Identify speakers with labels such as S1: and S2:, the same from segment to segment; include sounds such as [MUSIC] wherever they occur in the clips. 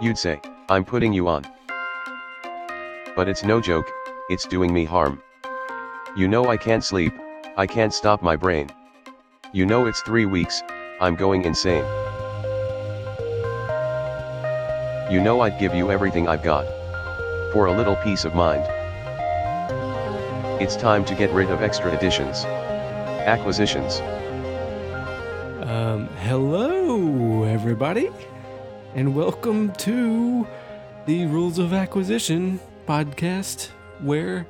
S1: You'd say, I'm putting you on. But it's no joke, it's doing me harm. You know I can't sleep, I can't stop my brain. You know it's three weeks, I'm going insane. You know I'd give you everything I've got. For a little peace of mind. It's time to get rid of extra additions. Acquisitions.
S2: Um, hello, everybody, and welcome to the Rules of Acquisition podcast, where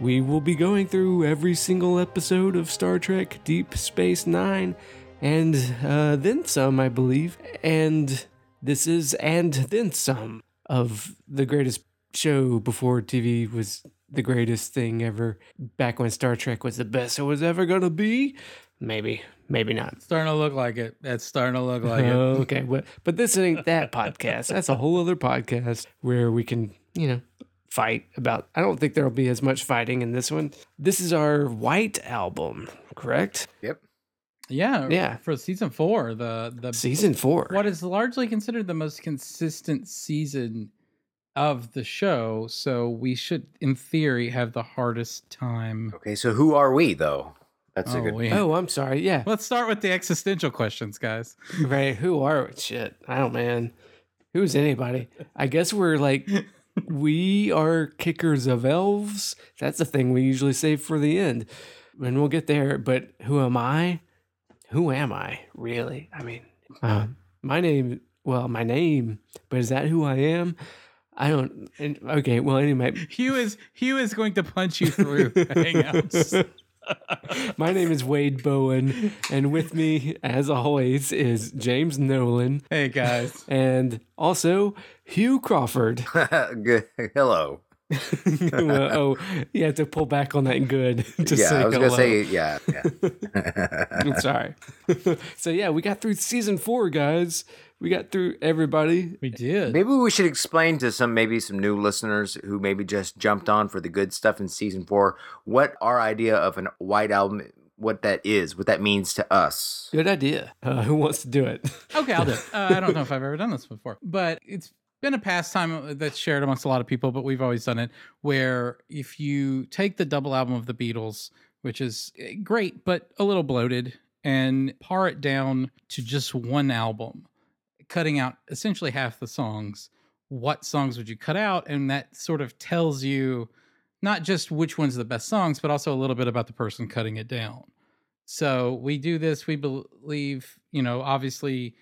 S2: we will be going through every single episode of Star Trek Deep Space Nine, and uh, then some, I believe. And this is and then some of the greatest show before TV was the greatest thing ever. Back when Star Trek was the best it was ever gonna be, maybe, maybe not.
S3: Starting to look like it. That's starting to look like
S4: Uh-huh.
S3: it.
S2: Oh, Okay, but but this ain't that podcast. That's a whole other podcast where we can, you know, fight about. I don't think there'll be as much fighting in this one. This is our white album, correct?
S3: Yeah.
S2: Yeah.
S3: For season four, the the
S2: Season four.
S3: what is largely considered the most consistent season of the show, so we should, in theory, have the hardest time.
S4: Okay, so who are we though? [LAUGHS] That's a good.
S3: wait.
S2: Oh, I'm sorry. Yeah,
S3: Let's start with the existential questions, guys.
S2: right. Who are we? shit? I don't man. Who's anybody? I guess we're like we are kickers of elves. That's the thing we usually save for the end, and we'll get there. But who am I? Who am I really? I mean, uh, my name. Well, my name, but is that who I am? I don't. And, okay. Well, anyway,
S3: Hugh is Hugh is going to punch you through
S2: [LAUGHS]
S3: hangouts.
S2: my name is Wade Bowen, and with me, as always, is James Nolan
S3: Hey guys.
S2: and also Hugh Crawford.
S4: good. Hello.
S2: [LAUGHS] Well, oh, you have to pull back on that good [LAUGHS] to
S4: yeah,
S2: say
S4: I was
S2: hello.
S4: gonna say yeah.
S3: [LAUGHS]
S4: yeah.
S2: I'm sorry.
S4: [LAUGHS]
S2: so yeah, we got through season four, guys. We got through everybody.
S3: We did.
S4: maybe we should explain to some maybe some new listeners who maybe just jumped on for the good stuff in season four what our idea of an white album, what that is, what that means to us.
S2: Good idea. Uh, who wants to do [LAUGHS] it?
S3: Okay, I'll do it. [LAUGHS] Uh, I don't know if I've ever done this before, but it's been a pastime that's shared amongst a lot of people, but we've always done it where if you take the double album of the Beatles, which is eh, great, but a little bloated, and par it down to just one album, cutting out essentially half the songs, what songs would you cut out? And that sort of tells you not just which one's the best songs, but also a little bit about the person cutting it down. So we do this. We believe, you know, obviously,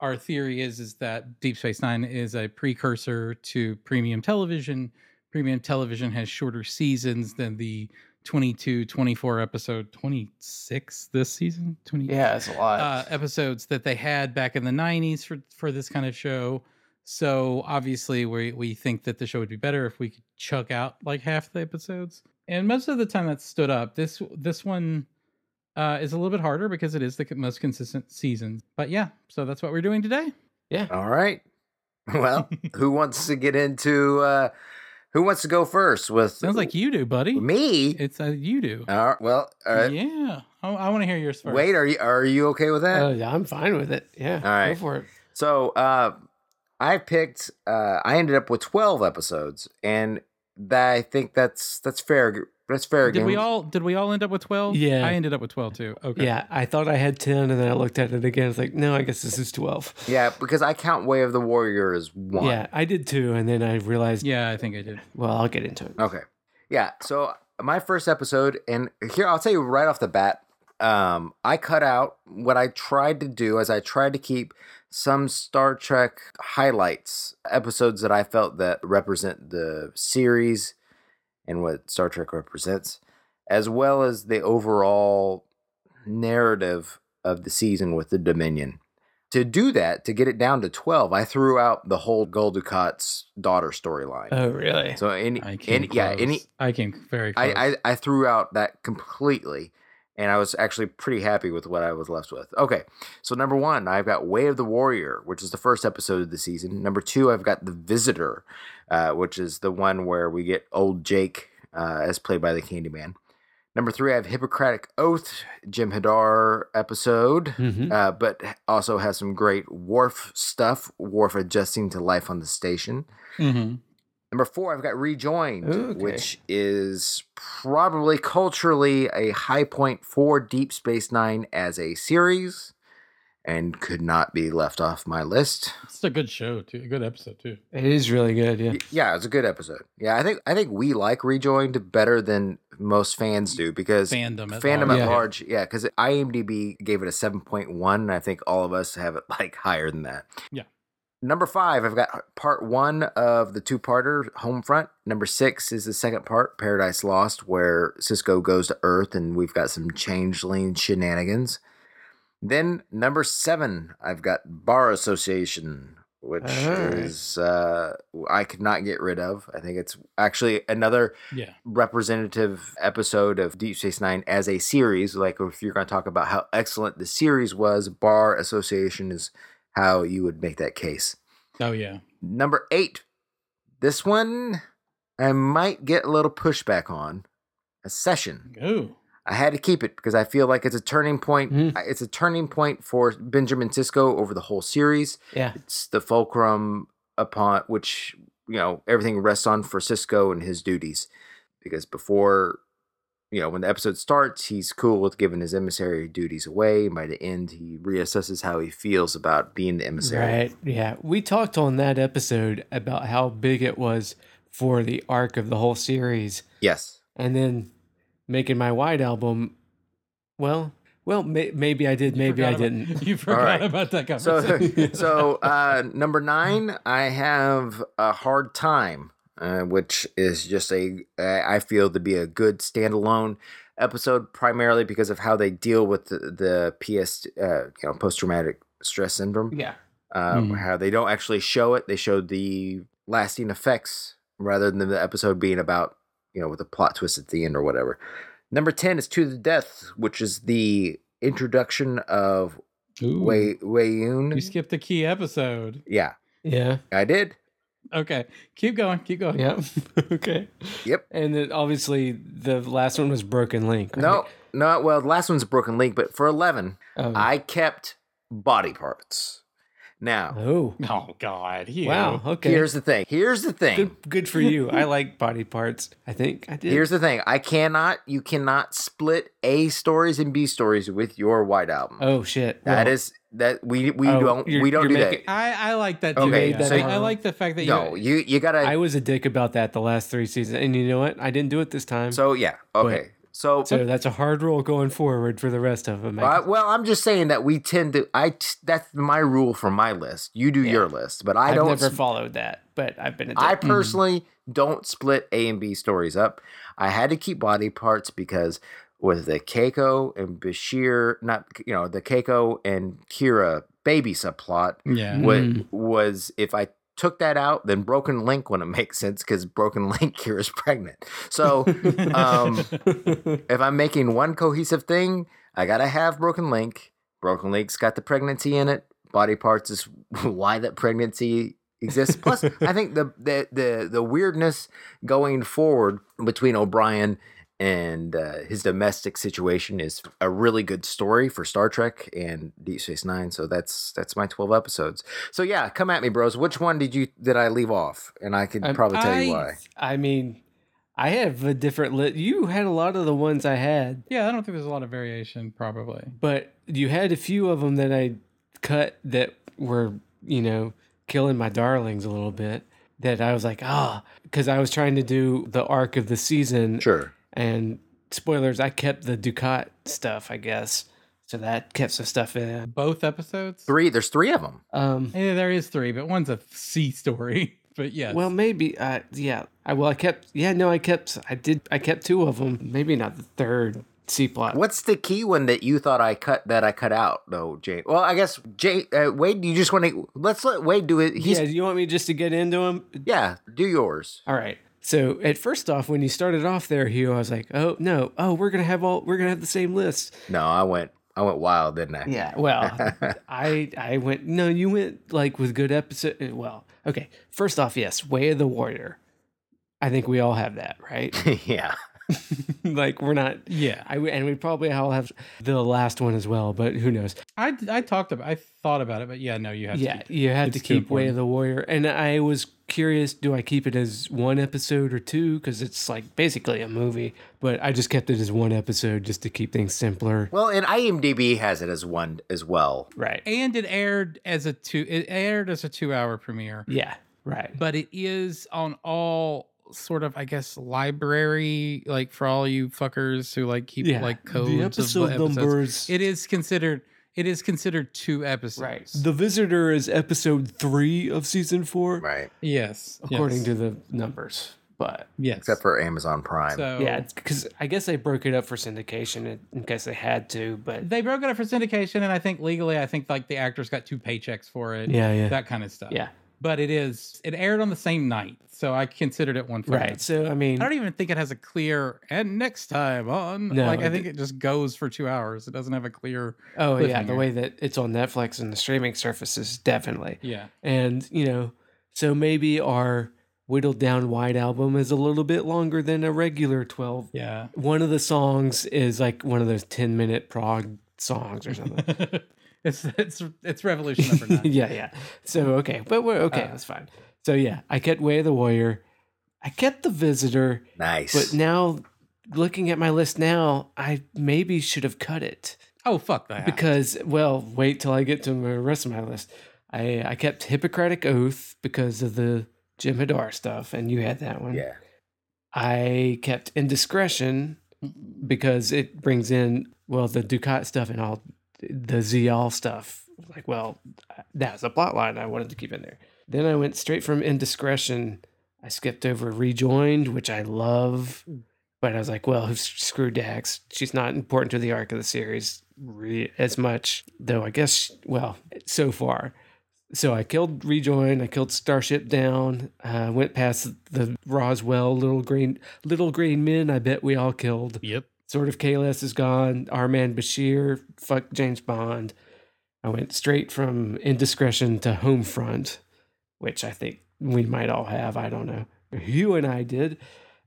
S3: our theory is is that Deep Space Nine is a precursor to premium television. Premium television has shorter seasons than the 22, 24 episode, 26 this season, 20,
S2: it's a lot.
S3: uh, episodes that they had back in the 90s for for this kind of show. So obviously we we think that the show would be better if we could chuck out like half the episodes. And most of the time that stood up. This this one uh, is a little bit harder because it is the most consistent season. But yeah, so that's what we're doing today.
S4: All right. [LAUGHS]
S3: [LAUGHS]
S4: Well, who wants to get into? uh Who wants to go first? With
S3: Sounds like you do, buddy.
S4: me.
S3: It's uh, you do.
S4: All right. Well, all right.
S3: yeah. I, I want to hear yours first.
S4: Wait, are you are you okay with that?
S2: Uh, yeah, I'm fine with it. Yeah,
S4: All right.
S2: go for it.
S4: So uh, I picked. Uh, I ended up with twelve episodes, and that I think that's that's fair. That's fair.
S3: Did
S4: game.
S3: we all did we all end up with 12?
S2: Yeah.
S3: I ended up with 12 too. Okay.
S2: Yeah, I thought I had ten, and then I looked at it again. It's like, no, I guess this is twelve.
S4: Yeah, because I count Way of the Warrior as one.
S2: Yeah, I did two, and then I realized.
S3: Yeah, I think I did.
S2: Well, I'll get into it.
S4: Okay. Yeah. So my first episode, and here I'll tell you right off the bat, um, I cut out what I tried to do is I tried to keep some Star Trek highlights episodes that I felt that represent the series and what Star Trek represents, as well as the overall narrative of the season with the Dominion. To do that, to get it down to twelve, I threw out the whole Gul Dukat's daughter storyline.
S2: Oh, really?
S4: So any,
S3: I came
S4: any yeah, any
S3: close. I came very close.
S4: I, I I threw out that completely, and I was actually pretty happy with what I was left with. Okay, so number one, I've got Way of the Warrior, which is the first episode of the season. Number two, I've got The Visitor, uh, which is the one where we get old Jake, uh, as played by the Candyman. Number three, I have Hippocratic Oath, Jim Hadar episode,
S2: Mm-hmm.
S4: uh, but also has some great Worf stuff, Worf adjusting to life on the station.
S3: Mm-hmm.
S4: Number four, I've got Rejoined,
S2: Ooh, okay.
S4: which is probably culturally a high point for Deep Space Nine as a series and could not be left off my list.
S3: It's a good show too. A good episode too.
S2: It is really good. Yeah.
S4: Y- Yeah, it was a good episode. Yeah, I think I think we like Rejoined better than most fans do because
S3: Fandom. At
S4: fandom
S3: large.
S4: at
S2: Yeah.
S4: large, yeah, because IMDb gave it a seven point one, and I think all of us have it like higher than that.
S3: Yeah.
S4: Number five, I've got part one of the two parter, Homefront. Number six is the second part, Paradise Lost, where Cisco goes to Earth, and we've got some changeling shenanigans. Then number seven, I've got Bar Association, which
S2: Alright.
S4: is uh, I could not get rid of. I think it's actually another
S3: Yeah.
S4: representative episode of Deep Space Nine as a series. Like, if you're going to talk about how excellent the series was, Bar Association is how you would make that case.
S3: Oh yeah.
S4: Number eight. This one I might get a little pushback on. A session.
S3: Ooh.
S4: I had to keep it because I feel like it's a turning point.
S2: Mhm.
S4: It's a turning point for Benjamin Sisko over the whole series
S2: Yeah.
S4: it's the fulcrum upon which you know everything rests on for Cisco and his duties, because before you know when the episode starts, he's cool with giving his emissary duties away. And by the end, he reassesses how he feels about being the emissary.
S2: Right. Yeah. We talked on that episode about how big it was for the arc of the whole series.
S4: Yes.
S2: And then making my wide album, well, well, may- maybe I did, maybe I
S3: Forgot
S2: didn't.
S3: about- [LAUGHS]
S4: [LAUGHS]
S3: you forgot
S4: right.
S3: about that
S4: So,
S2: [LAUGHS]
S3: conversation.
S4: [LAUGHS] so uh, number nine, I have a hard time, uh, which is just a I I feel to be a good standalone episode, primarily because of how they deal with the, the PS, uh, you know, post traumatic stress syndrome.
S2: Yeah.
S4: Um,
S3: Mhm.
S4: How they don't actually show it; they showed the lasting effects rather than the episode being about you know with a plot twist at the end or whatever. Number ten is to the death, which is the introduction of
S3: Ooh.
S4: Wei Wei
S3: You skipped a key episode.
S4: yeah,
S2: Yeah.
S4: I did.
S3: Okay. Keep going. Keep going.
S2: Yeah. [LAUGHS] okay.
S4: Yep.
S2: And then obviously the last one was Broken Link. right?
S4: No, no. Well, the last one's a broken link, but for eleven,
S2: Oh.
S4: I kept body parts. Now,
S2: oh.
S3: Oh God. Ew.
S2: Wow. Okay.
S4: here's the thing. Here's the thing.
S2: good, good for
S4: [LAUGHS]
S2: you. I like body parts. I think I did.
S4: Here's the thing. I cannot. You cannot split A stories and B stories with your white album.
S2: oh shit.
S4: That
S2: Well,
S4: is that we we
S2: Oh,
S4: don't
S2: you're-
S4: we don't
S2: you're
S4: do
S2: making-
S3: I, I like that. Too.
S4: Okay,
S3: yeah.
S2: so-
S3: I, I like the fact that
S4: that. No,
S3: you.
S4: you you gotta.
S2: I was a dick about that the last three seasons, and you know what? I didn't do it this time.
S4: so yeah. Okay. So.
S2: So that's a hard rule going forward for the rest of them.
S4: uh, well, I'm just saying that we tend to. I t- that's my rule for my list. You do your list, but I
S2: I've
S4: don't.
S2: never followed that, but I've been a dick.
S4: I personally don't split A and B stories up. I had to keep body parts because with the Keiko and Bashir, not you know the Keiko and Kira baby subplot,
S3: Yeah.
S4: wa- was if I took that out, then Broken Link wouldn't [LAUGHS] make sense because Broken Link Kira's pregnant. So
S2: Mm.
S4: um,
S3: [LAUGHS]
S2: [LAUGHS]
S4: if I'm making one cohesive thing, I gotta have Broken Link. Broken Link's got the pregnancy in it. Body parts is [LAUGHS] why that pregnancy exists. Plus, I think the the the, the weirdness going forward between O'Brien and uh, his domestic situation is a really good story for Star Trek and Deep Space Nine. So that's that's my twelve episodes. So yeah, come at me, bros. Which one did you did I leave off? And I could
S2: I'm-
S4: probably tell you
S3: I-
S4: why.
S2: I mean, I have a different list. You had a lot of the ones I had,
S3: yeah. I don't think there's a lot of variation. Probably.
S2: but you had a few of them that I cut that were, you know, killing my darlings a little bit. That I was like, ah, because I was trying to do the arc of the season
S4: Sure.
S2: And spoilers, I kept the Ducat stuff, I guess. So that kept some stuff in.
S3: Both episodes.
S4: Three. There's three of them.
S2: Um,
S3: Yeah, there is three, but one's a C story. [LAUGHS] But yes.
S2: well, maybe, uh, yeah. I well, I kept, yeah, no, I kept, I did, I kept two of them. Maybe not the third C plot.
S4: What's the key one that you thought I cut that I cut out though, Jay? Well, I guess Jay. Uh, Wade, you just want to let's let Wade do it. He's
S2: Yeah,
S4: yeah.
S2: do you want me just to get into them?
S4: do yours.
S2: All right. So at first off, when you started off there, Hugh, I was like, oh no, oh we're gonna have all, we're gonna have the same list.
S4: No, I went I went wild, didn't I?
S2: Yeah. Well, I I went no, you went like with good episode. Well, okay. First off, yes, Way of the Warrior. I think we all have that, right?
S4: [LAUGHS] yeah.
S2: [LAUGHS] like we're not.
S3: Yeah,
S2: I, and we probably all have the last one as well, but who knows?
S3: I, I talked about, I thought about it, but yeah, no, you have
S2: yeah,
S3: to. keep-
S2: you have to
S3: it's too
S2: keep Way of
S3: important.
S2: the Warrior. And I was curious, do I keep it as one episode or two? Because it's like basically a movie, but I just kept it as one episode just to keep things simpler.
S4: Well, and IMDb has it as one as well.
S2: Right.
S3: And it aired as a two, it aired as a two-hour premiere,
S2: Yeah. Right.
S3: but it is on all sort of, I guess, library, like for all you fuckers who like keep
S2: yeah.
S3: like codes
S2: the
S3: of
S2: episode
S3: what episodes.
S2: numbers.
S3: It is considered. It is considered two episodes.
S2: right. The Visitor is episode three of season four,
S4: Right.
S3: Yes.
S2: according
S3: yes,
S2: to the numbers. But
S3: yes.
S4: Except for Amazon Prime.
S3: so
S2: yeah, because I guess they broke it up for syndication in- in case they had to. But
S3: they broke it up for syndication, and I think legally, I think like the actors got two paychecks for it.
S2: yeah, yeah,
S3: That kind of stuff.
S2: yeah.
S3: But it is. It aired on the same night, so I considered it one. fucking
S2: Right.
S3: episode.
S2: So I mean,
S3: I don't even think it has a clear. And next time on,
S2: No,
S3: like I
S2: it-
S3: think it just goes for two hours. It doesn't have a clear.
S2: Oh yeah, the
S3: cliffhanger.
S2: way that it's on Netflix and the streaming services, definitely.
S3: Yeah.
S2: And you know, so maybe our whittled down wide album is a little bit longer than a regular twelve.
S3: Yeah. [LAUGHS]
S2: One of the songs is like one of those ten minute prog songs or
S3: [LAUGHS]
S2: something. [LAUGHS]
S3: it's it's it's revolution number nine.
S2: yeah, yeah. So okay, but we're okay.
S3: Uh,
S2: that's fine. So yeah, I kept Way of the Warrior. I kept the Visitor,
S4: nice.
S2: but now looking at my list now, I maybe should have cut it.
S3: [LAUGHS] Oh fuck that.
S2: because well wait till i get to the rest of my list i i kept hippocratic oath because of the jim hadar stuff and you had that one
S4: yeah.
S2: i kept indiscretion because it brings in well the ducat stuff and all the zial stuff like well that's a plot line i wanted to keep in there then i went straight from indiscretion i skipped over rejoined which i love but i was like well screw dax she's not important to the arc of the series re- as much though i guess well so far so i killed rejoin i killed starship down uh, went past the roswell little green little green men i bet we all killed
S3: Yep.
S2: Sort of KLS is gone. Our man Bashir, fuck James Bond. I went straight from indiscretion to Homefront, which I think we might all have. I don't know. You and I did.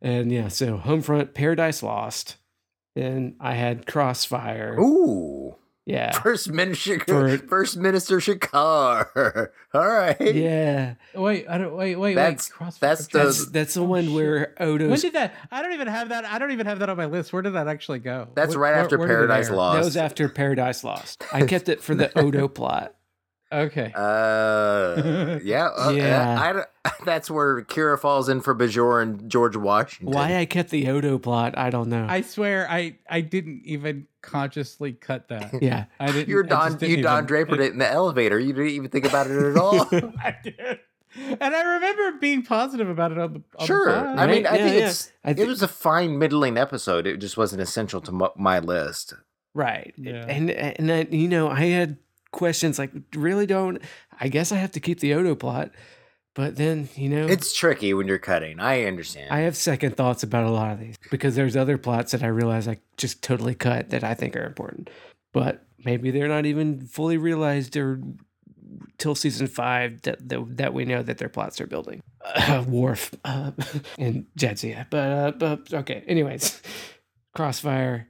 S2: And yeah, so Homefront, Paradise Lost. Then I had Crossfire.
S4: Ooh.
S2: Yeah.
S4: First Minister
S2: For-
S4: First Minister Shakar. [LAUGHS] All right.
S2: Yeah.
S3: Wait, I don't wait, wait,
S4: That's-
S3: wait. Crossfire
S4: that's
S3: Trail.
S2: That's that's the one where
S3: oh, when
S2: Odo's
S3: did that I don't even have that I don't even have that on my list. Where did that actually go?
S4: That's
S3: Wh-
S4: right
S3: where-
S4: after
S3: where did it
S4: Paradise
S3: air?
S4: Lost.
S2: that was after Paradise Lost.
S4: [LAUGHS]
S2: I kept it for the Odo plot.
S3: Okay.
S2: [LAUGHS]
S3: [LAUGHS]
S4: Uh, yeah, uh,
S2: Yeah.
S4: I, don't- [LAUGHS] that's where Kira falls in for Bajor and George Washington.
S2: Why I kept the Odo plot, I don't know.
S3: I swear I I didn't even consciously cut
S4: [LAUGHS]
S3: that.
S2: yeah.
S3: I didn't
S4: You're
S3: I
S4: Don,
S3: just didn't
S4: you Don
S3: even-
S4: Drapered it in the elevator. You didn't even think about it
S3: [LAUGHS]
S4: at all.
S3: I did. And I remember being positive about it on the on the
S4: sure.
S3: pod.
S4: I mean,
S2: Right?
S4: I
S2: Yeah,
S4: think
S2: yeah.
S4: it's
S2: I thi-
S4: it was a fine middling episode. It just wasn't essential to mo- my list.
S2: Right.
S3: Yeah.
S2: And and I, you know, I had questions like really don't I guess I have to keep the Odo plot, but then, you know,
S4: It's tricky when you're cutting. I understand.
S2: Mm. I have second thoughts about a lot of these because there's other plots that I realize I just totally cut that I think are important. But maybe they're not even fully realized or till season 5 that that, that we know that their plots are building. Uh, [LAUGHS] Worf uh, and Jadzia. But uh, but okay, anyways. [LAUGHS] Crossfire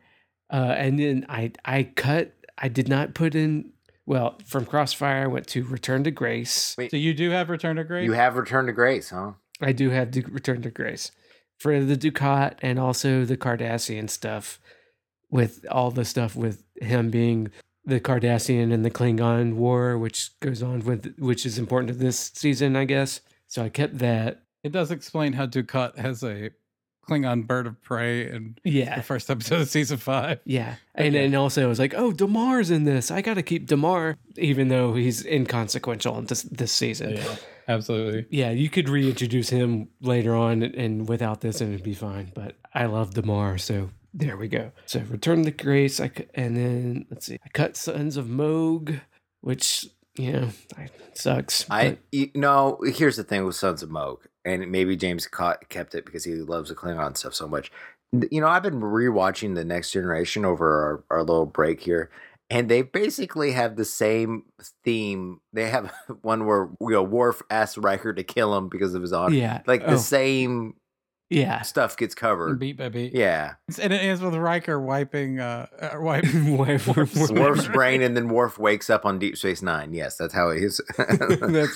S2: uh, and then I I cut I did not put in well, from Crossfire I went to Return to Grace.
S4: Wait.
S3: So you do have Return to Grace?
S4: you have Return to Grace, huh?
S2: I do have Duke Return to Grace for the Ducat and also the Cardassian stuff with all the stuff with him being the Cardassian and the Klingon war, which goes on with which is important to this season, I guess. So I kept that.
S3: It does explain how Ducat has a Klingon bird of prey in the
S2: Yeah.
S3: first episode of season five.
S2: Yeah. And
S3: Okay.
S2: and also I was like, oh, Damar's in this. I gotta keep Damar, even though he's inconsequential in this this season. Yeah.
S3: absolutely.
S2: you could reintroduce him later on and, and without this and it'd be fine. But I love Damar, so there we go. So Return to Grace, I cu- and then let's see, I cut Sons of Moog, which you know I, sucks.
S4: I you know, here's the thing with Sons of Moog, and maybe James caught, kept it because he loves the Klingon stuff so much. You know, I've been rewatching the Next Generation over our, our little break here, and they basically have the same theme. They have [LAUGHS] one where you know Worf asks Riker to kill him because of his
S2: but-
S4: honor,
S2: yeah,
S4: like
S2: oh,
S4: the same
S2: Yeah.
S4: stuff gets covered.
S3: beat by
S2: [LAUGHS]
S3: beat.
S4: Yeah,
S3: It's- And it ends with Riker wiping, uh, uh
S4: [LAUGHS]
S3: wiping
S2: Why-
S3: Worf's-
S4: Worf's brain, and then Worf wakes up on Deep Space Nine. Yes, that's how it is.
S2: [LAUGHS]
S4: [LAUGHS]
S2: That's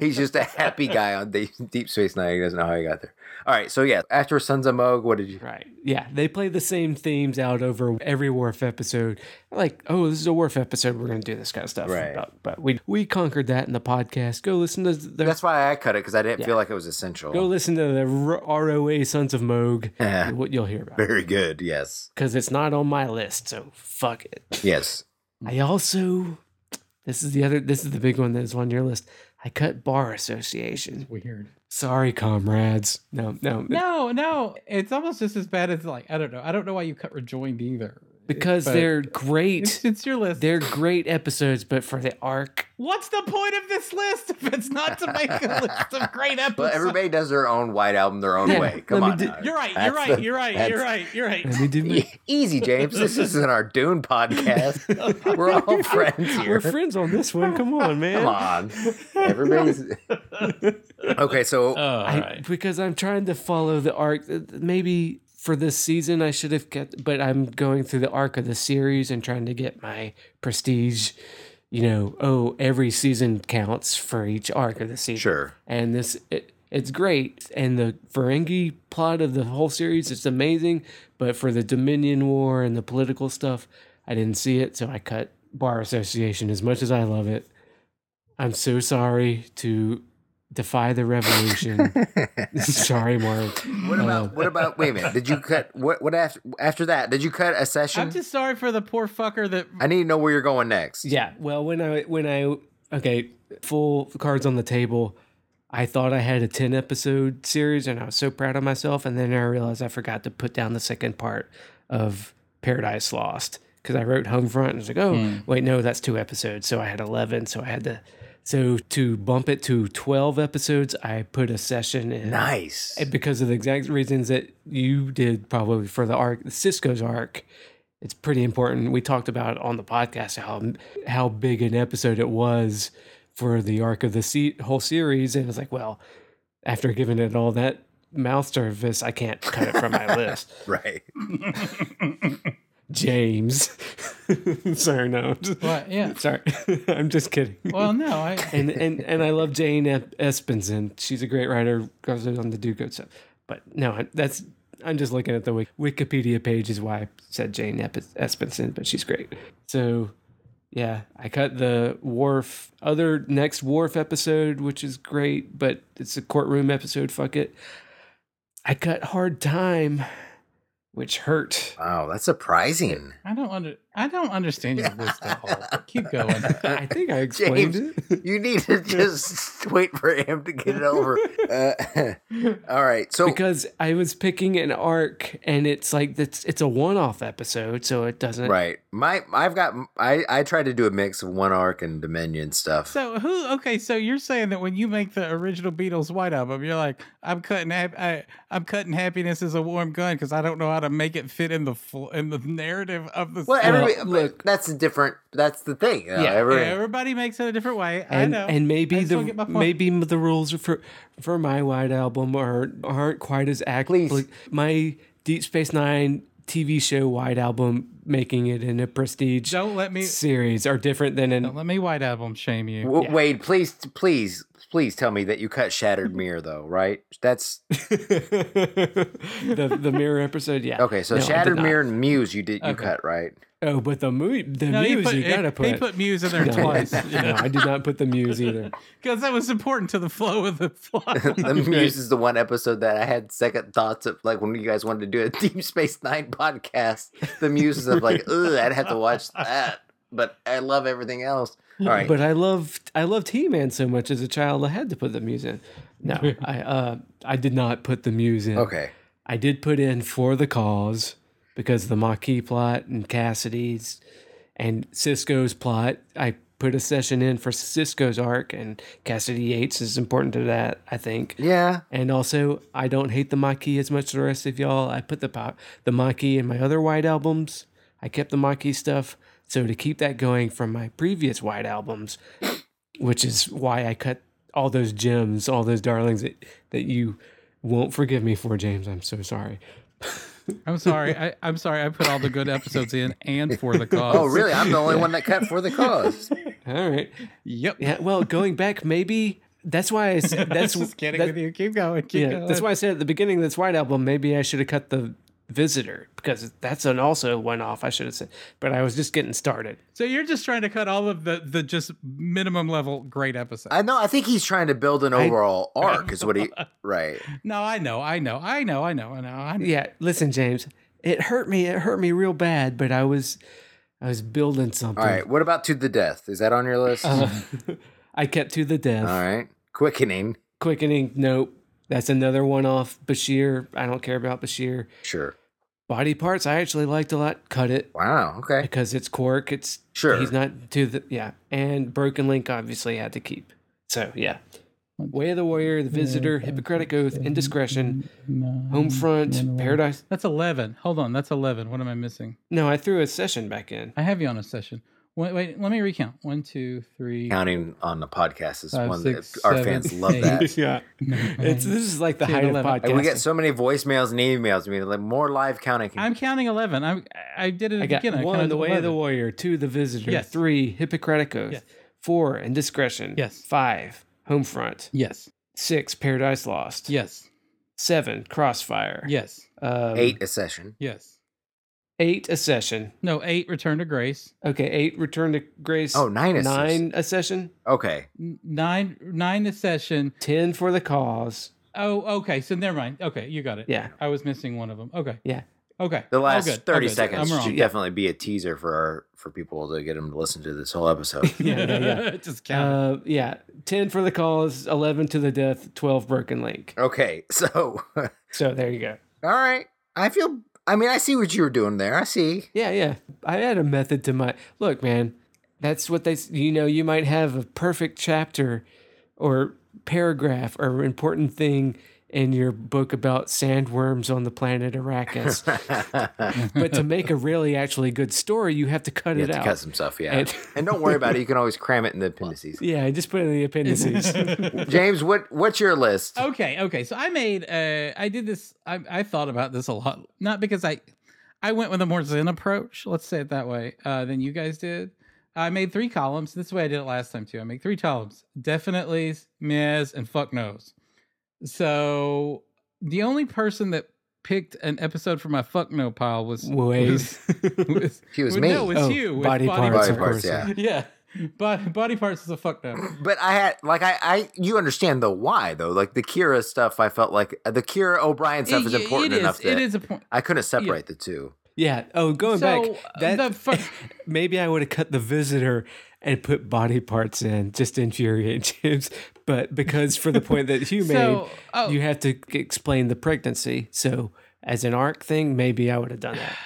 S4: He's just a happy guy on Deep, Deep Space Nine. He doesn't know how he got there. All right, so yeah, after Sons of Moog, what did you?
S2: right. Yeah, they play the same themes out over every Worf episode. Like, oh, this is a Worf episode. We're going to do this kind of stuff.
S4: Right.
S2: But, but we we conquered that in the podcast. Go listen to their
S4: That's why I cut it because I didn't
S2: Yeah.
S4: feel like it was essential.
S2: Go listen to the R- ROA Sons of Moog.
S4: Yeah.
S2: What you'll hear about.
S4: Very good. Yes.
S2: Because it's not on my list, so fuck it.
S4: Yes.
S2: I also, this is the other, this is the big one that's on your list. I cut Bar Association.
S3: Weird.
S2: Sorry, comrades. No, no,
S3: No, no, it's almost just as bad as like I don't know. I don't know why you cut rejoined either.
S2: because
S3: But
S2: they're
S3: it's,
S2: great.
S3: it's your list.
S2: They're great episodes, but for the [LAUGHS] arc,
S3: What's the point of this list if it's not to make a list of great episodes?
S4: Well, everybody does their own white album their own
S2: Yeah,
S4: way. Come
S2: let me
S4: on.
S2: do-
S4: now. [LAUGHS]
S3: You're right. You're
S4: That's
S3: right.
S4: the-
S3: You're right. You're right. You're
S2: [LAUGHS]
S3: right.
S2: let me do my,
S4: E- Easy, James. This isn't our
S2: [LAUGHS]
S4: Dune podcast. We're all friends
S2: we're
S4: here.
S2: friends on this one. Come on, man.
S4: Come
S2: [LAUGHS]
S4: on. Everybody's. okay, so
S2: I- because I'm trying to follow the arc. Uh, Maybe for this season I should have kept, but I'm going through the arc of the series and trying to get my prestige. You know, oh, every season counts for each arc of the season.
S4: sure.
S2: And this, it, it's great. And the Ferengi plot of the whole series, it's amazing. But for the Dominion War and the political stuff, I didn't see it, so I cut Bar Association. As much as I love it, I'm so sorry to defy the revolution. sorry, Mark.
S4: What
S2: oh.
S4: about what about wait a minute? Did you cut what what after after that? Did you cut a session?
S3: I'm just sorry for the poor fucker that
S4: I need to know where you're going next.
S2: Yeah. Well, when I when I okay, full cards on the table. I thought I had a ten episode series, and I was so proud of myself. And then I realized I forgot to put down the second part of Paradise Lost because I wrote Homefront and was like, oh wait, no, that's two episodes. So I had eleven. So I had to. So to bump it to twelve episodes, I put a session in
S4: Nice.
S2: and because of the exact reasons that you did probably for the arc cisco's arc it's pretty important we talked about on the podcast how how big an episode it was for the arc of the se- whole series and it's like well after giving it all that mouth service i can't cut it from my list
S4: Right.
S2: james [LAUGHS] sorry no I'm just-
S3: [LAUGHS] what? Yeah.
S2: sorry [LAUGHS] i'm just kidding
S3: Well, no, I
S2: and and and I love Jane Ep- Espenson. She's a great writer. Goes on the do good stuff. But no, I- that's I'm just looking at the Wik- Wikipedia page is why I said Jane Ep- Espenson, but she's great. So yeah, I cut the Wharf other next Wharf episode, which is great, but it's a courtroom episode. Fuck it. I cut Hard Time, which hurt.
S4: Wow, that's surprising.
S3: I don't under I don't understand your list at all. Keep going.
S2: I think I explained it. [LAUGHS]
S4: You need to just wait for him to get
S2: [LAUGHS]
S4: it over. Uh, [LAUGHS] all right. So
S2: because I was picking an arc and it's like it's it's a one off episode, so it doesn't
S4: right, my I've got I I tried to do a mix of one arc and Dominion stuff.
S3: [LAUGHS] So who? Okay, so you're saying that when you make the original Beatles White album, you're like, I'm cutting, hap- I, I'm cutting happiness as a warm gun because I don't know how to make it fit in the full in the narrative of the.
S4: well,
S3: song.
S4: everybody,
S2: Well,
S4: but
S2: look-
S4: that's a different. That's the thing. Uh,
S2: Yeah,
S4: every-
S3: everybody makes it a different way.
S2: And
S3: I know,
S2: and
S3: I
S2: maybe
S3: still get my
S2: the
S3: point.
S2: maybe the rules for for my wide album are aren't quite as accurate.
S4: Please.
S2: My Deep Space Nine TV show wide album making it in a prestige
S3: Don't let me.
S2: series are different than
S3: Don't
S2: in
S3: let me White album shame you.
S4: W- Wade, please, please, please tell me that you cut
S2: [LAUGHS]
S4: Shattered Mirror though, right? That's
S2: the the mirror episode. Yeah.
S4: okay. So
S2: No, I did
S4: Shattered
S2: not.
S4: Mirror and Muse, you did you
S3: Okay.
S4: cut right?
S2: Oh, but the mu the
S3: No,
S2: muse
S3: you
S2: you,
S3: put,
S2: gotta
S3: they put Muse [LAUGHS] in there
S2: No. [LAUGHS]
S3: twice
S2: no, I did not put the muse either.
S3: because that was important to the flow of
S2: [LAUGHS]
S3: the [LAUGHS] plot.
S4: The Muse is the one episode that I had second thoughts of, like when you guys wanted to do a [LAUGHS] Deep Space Nine podcast. The Muse is of like, ugh, I'd have to watch that, but I love everything else. All right,
S2: But I loved I loved He Man so much as a child I had to put the muse in.
S4: [LAUGHS]
S2: No, I uh I did not put the muse in.
S4: okay,
S2: I did put in for the cause because the Maquis plot and Cassidy's and Cisco's plot. I put a session in for Cisco's arc and Cassidy Yates is important to that I think.
S4: yeah,
S2: And also, I don't hate the Maquis as much as the rest of y'all. I put the po- the Maquis in my other White albums. I kept the Maquis stuff. So to keep that going from my previous White albums, which is why I cut all those gems, all those darlings that, that you won't forgive me for, James. I'm so sorry. [LAUGHS]
S3: I'm sorry. I, I'm sorry. I put all the good episodes in and
S2: [LAUGHS]
S3: for the cause. [LAUGHS]
S4: Oh, really? I'm the only one that cut for the cause.
S2: All right.
S3: Yep.
S2: Yeah. Well, going back, maybe that's why. I, s- that's
S3: just kidding
S2: that-
S3: with you. Keep going. Keep
S2: Yeah,
S3: going.
S2: that's why I said at the beginning of this White Album, maybe I should have cut the Visitor because that's an also one off. I should have said, but I was just getting started.
S3: So you're just trying to cut all of the the just minimum level great episodes.
S4: I know. I think he's trying to build
S3: [LAUGHS]
S4: an overall arc, is what he. Right.
S3: no, I know, I know, I know, I know, I know. I know.
S2: Yeah, listen, James, it hurt me. It hurt me real bad, but I was, I was building something.
S4: All right. What about to the death? Is that on your list?
S3: Uh-huh.
S2: Uh, I kept to the death.
S4: All right. Quickening.
S2: Quickening. Nope. That's another one off. Bashir. I don't care about Bashir.
S4: Sure.
S2: Body parts. I actually liked a lot. Cut it
S4: Wow. Okay.
S2: because it's Cork. It's
S4: Sure.
S2: He's not to the yeah. And Broken Link obviously had to keep. So yeah. Way of the Warrior, The Visitor, Hippocratic Oath, Indiscretion, Homefront, Paradise.
S3: That's eleven. Hold on, that's eleven. What am I missing?
S2: No, I threw a session back
S3: [LAUGHS]
S2: in.
S3: I have you on a session. Wait, wait let me recount. One, two, three. [LAUGHS]
S4: Counting on the podcast is
S3: Five,
S4: one
S3: six,
S4: that our
S3: seven,
S4: fans love
S3: eight.
S4: that.
S2: yeah. [LAUGHS] It's this is like the
S3: Dude,
S2: height of
S3: 11.
S4: And
S2: podcasting.
S4: we get so many voicemails and emails. I mean, like more live counting.
S3: I'm counting eleven. I I did it
S2: I got
S3: again. I
S2: one,
S3: counted
S2: The Way of the
S3: 11.
S2: Warrior, two, The Visitor,
S3: Yes.
S2: three, Hippocratic Oath,
S3: Yes.
S2: four, Indiscretion,
S3: Yes.
S2: five, Homefront,
S3: Yes.
S2: six, Paradise Lost,
S3: Yes.
S2: seven, Crossfire,
S3: Yes.
S2: um,
S4: eight a session.
S3: Yes.
S2: eight, A Session,
S3: No. Eight. Return to grace.
S2: Okay, eight return to grace.
S4: Oh, nine is
S2: nine a session.
S4: Okay.
S3: N- Nine. Nine a session.
S2: Ten for the cause.
S3: Oh. Okay. So never mind. Okay. You got it.
S2: Yeah.
S3: I was missing one of them. Okay.
S2: Yeah.
S3: Okay.
S4: The
S3: All
S4: last
S3: good, all
S4: thirty
S3: good.
S4: seconds
S3: I'm
S4: should
S3: wrong.
S4: definitely be a teaser for our, for people to get them to listen to this whole
S3: [LAUGHS]
S4: episode.
S2: [LAUGHS] Yeah, yeah,
S3: Just count.
S2: [LAUGHS] Uh, yeah, ten for the cause. Eleven to the death. Twelve broken link.
S4: okay. So, [LAUGHS] all
S2: So there you go.
S4: right. I feel. I mean, I see what you were doing there. I
S3: [LAUGHS]
S4: see.
S2: Yeah, yeah. I had a method to my look, man. That's what they. s- You know, you might have a perfect chapter, or paragraph, or important thing in your book about sandworms on the planet Arrakis,
S4: [LAUGHS]
S2: but to make a really actually good story, you have to cut
S4: You
S2: it
S4: have to
S2: out.
S4: cut some stuff, yeah.
S2: And-
S4: [LAUGHS] And, don't worry about it. You can always cram it in
S3: [LAUGHS]
S4: the appendices.
S2: Yeah, just put it in the [LAUGHS] appendices.
S4: James, what what's your list?
S3: okay. Okay. So I made. Uh, I did this. I, I thought about this a lot. Not because I, I went with a more Zen approach. Let's say it that way. Uh, than you guys did. I made three columns. This is the way I did it last time too. I made three columns: definitely's, mehs, and fuck knows. So the only person that picked an episode from my fuck no pile was
S2: Wait.
S3: was, was,
S4: He was
S3: well,
S4: me.
S3: No, it was
S2: Oh,
S3: you. With
S2: body parts,
S4: Body
S2: of
S4: parts,
S2: course.
S3: [LAUGHS]
S4: yeah.
S3: Yeah. Body, body parts is a fuck no.
S4: But I had like I, I you understand the why though. Like the Kira stuff, I felt like the Kira O'Brien stuff
S3: It-
S4: is important
S3: it is,
S4: enough
S3: It
S4: that
S3: is a point.
S4: I couldn't separate the two.
S2: Yeah. Oh, going
S3: So,
S2: back,
S3: uh,
S2: that [LAUGHS]
S3: the fir-
S2: maybe I would have cut the visitor and put body parts in just to infuriate [LAUGHS] James. But because for the point
S3: [LAUGHS]
S2: that you made,
S3: So, oh.
S2: you have to c- explain the pregnancy. So as an arc thing, maybe I would have done
S3: [SIGHS]
S2: that,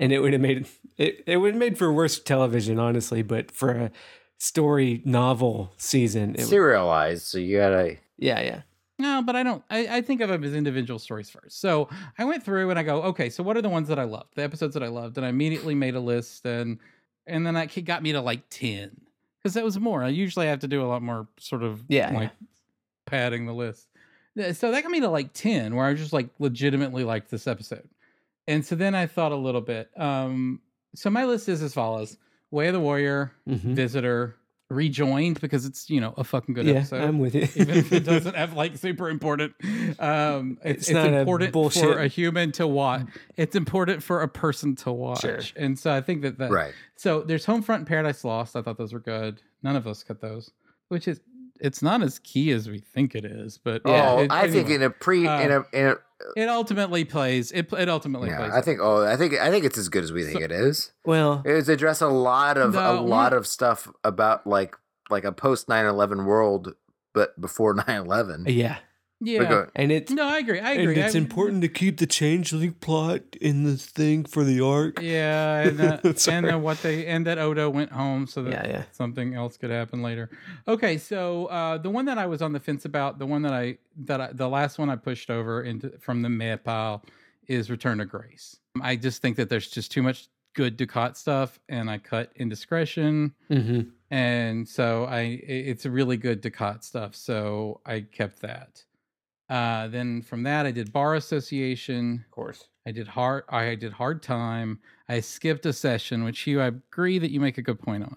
S2: and it would have made it. It would have made for worse television, honestly. But for a story novel season, it would,
S4: Serialized, so you gotta
S2: yeah, yeah.
S3: No, but I don't. I, I think of them as individual stories first. So I went through and I go, okay, so what are the ones that I loved, the episodes that I loved, and I immediately made a list, and and then that got me to like ten because that was more. I usually have to do a lot more sort of
S2: Yeah,
S3: like padding the list. Th- So that got me to like ten, where I just like legitimately liked this episode, and so then I thought a little bit. Um, so my list is as follows: Way of the Warrior,
S2: Mhm.
S3: Visitor, Rejoined because it's you know a fucking good
S2: yeah.
S3: episode
S2: I'm with you.
S3: [LAUGHS] even if it doesn't have like super important. Um, it-
S2: [LAUGHS] It's
S3: it's,
S2: not a
S3: important
S2: bullshit-
S3: for a human to watch. It's important for a person to watch.
S2: Sure.
S3: And so I think that that
S4: Right.
S3: So there's Homefront and Paradise Lost. I thought those were good. None of us cut those, which is it's not as key as we think it is. But
S4: oh,
S3: it- uh,
S4: I think
S3: anyway,
S4: in a pre in a in a
S3: it ultimately plays. It it ultimately plays.
S4: yeah, I think oh I think I think it's as good as we think it is.
S2: [LAUGHS]
S3: [LAUGHS]
S2: well,
S4: It was address a lot of a
S3: No,
S4: lot of stuff about like like a post 9-11 world but before [LAUGHS] 9-11.
S2: yeah,
S3: yeah.
S2: and it's
S3: No, I agree. I agree.
S2: And it's
S3: I-
S2: important to keep the changeling plot in the thing for the arc.
S3: Yeah, and, uh, and
S2: Sorry.
S3: uh, what they and that Odo went home so that
S2: Yeah, yeah.
S3: something else could happen later. Okay, so uh, the one that I was on the fence about, the one that I that I, the last one I pushed over into from the meh pile is Return to Grace. I just think that there's just too much good Ducat stuff, and I cut indiscretion,
S2: Mm-hmm.
S3: and so I i- it's really good Ducat stuff, so I kept that. Uh, then from that, I did Bar Association.
S5: Of course.
S3: I did hard. I did hard time. I skipped a session, which you I agree that you make a good point on.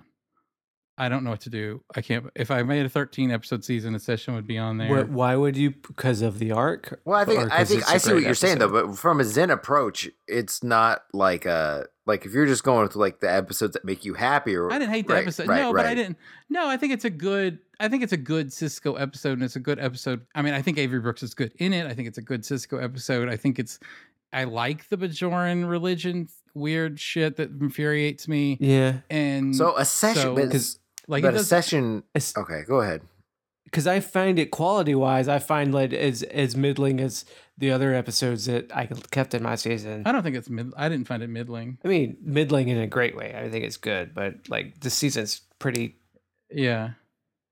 S3: I don't know what to do. I can't. If I made a thirteen episode season, a session would be on there.
S2: Wh- why would you? Because of the arc?
S4: Well, I
S2: Or
S4: think I
S2: 'cause
S4: think
S2: it's a
S4: I see
S2: great
S4: what you're saying though,
S2: episode?
S4: but from a Zen approach, it's not like a like if you're just going with like the episodes that make you happy. Or
S3: I didn't hate the
S4: right,
S3: episode.
S4: right,
S3: no, but I
S4: right.
S3: didn't. No, I think it's a good. I think it's a good Cisco episode, and it's a good episode. I mean, I think Avery Brooks is good in it. I think it's a good Cisco episode. I think it's. I like the Bajoran religion weird shit that infuriates me,
S2: Yeah,
S3: and
S4: So a session,
S3: So-
S4: but,
S2: 'Cause,
S3: like it
S4: but a
S3: does-
S4: session. Okay, go ahead.
S2: because I find it quality wise, I find like as as middling as the other episodes that I kept in my season.
S3: I don't think it's mid. I didn't find it middling.
S2: I mean, middling in a great way. I think it's good, but like this season's pretty
S3: Yeah.